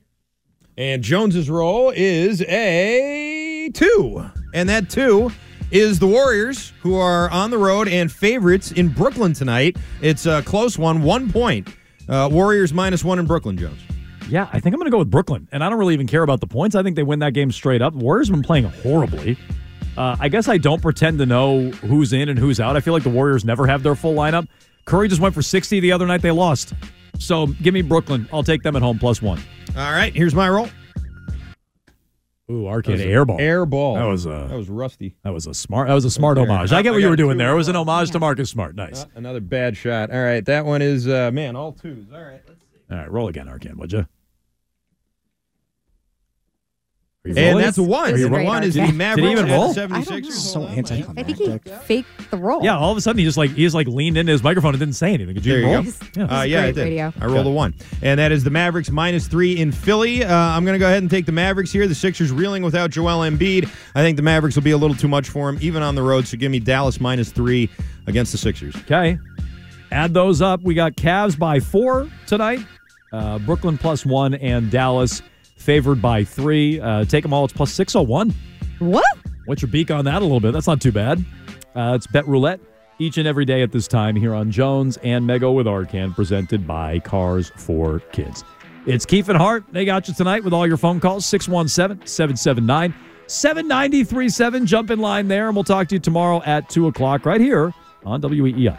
Speaker 7: And Jones's roll is a two, and that two is the Warriors, who are on the road and favorites in Brooklyn tonight. It's a close one, one point. Uh, Warriors minus one in Brooklyn. Jones.
Speaker 4: Yeah, I think I'm going to go with Brooklyn, and I don't really even care about the points. I think they win that game straight up. Warriors have been playing horribly. Uh, I guess I don't pretend to know who's in and who's out. I feel like the Warriors never have their full lineup. Curry just went for 60 the other night. They lost. So give me Brooklyn. I'll take them at home plus one.
Speaker 7: All right, here's my roll. That
Speaker 4: Ooh,
Speaker 7: was
Speaker 4: Arcade
Speaker 7: an
Speaker 4: airball.
Speaker 7: Air ball.
Speaker 4: That was a
Speaker 7: that was rusty.
Speaker 4: That was a smart. That was a smart
Speaker 7: Right there.
Speaker 4: homage. I get
Speaker 7: I
Speaker 4: what you
Speaker 7: got
Speaker 4: were doing
Speaker 7: two Uh,
Speaker 4: there. It was an homage to Marcus Smart. Nice.
Speaker 7: Another bad shot. All right, that one is uh, man all twos. All right.
Speaker 4: All right, roll again, Arcan, would you?
Speaker 7: And that's a one. This is great, One is the Arcan. Mavericks
Speaker 4: Did he even
Speaker 7: and the
Speaker 4: roll?
Speaker 7: 76ers.
Speaker 6: So anticlimactic.
Speaker 5: I think he faked the role.
Speaker 4: Yeah, all of a sudden he just like he just like leaned into his microphone and didn't say anything. Did you
Speaker 7: There you
Speaker 4: roll?
Speaker 7: go.
Speaker 4: Yeah.
Speaker 7: Uh, yeah, I did. I rolled a one, and that is the Mavericks minus three in Philly. Uh, I'm going to go ahead and take the Mavericks here. The Sixers reeling without Joel Embiid. I think the Mavericks will be a little too much for him, even on the road. So give me Dallas minus three against the Sixers.
Speaker 4: Okay. Add those up. We got Cavs by four tonight. Uh, Brooklyn plus one and Dallas favored by three. Uh, take them all. It's plus 601.
Speaker 5: What?
Speaker 4: What's your beak on that a little bit? That's not too bad. Uh, it's Bet Roulette each and every day at this time here on Jones and Mego with Arcan, presented by Cars for Kids. It's Keith and Hart. They got you tonight with all your phone calls 617 779 7937. Jump in line there, and we'll talk to you tomorrow at 2 o'clock right here on E WEEI.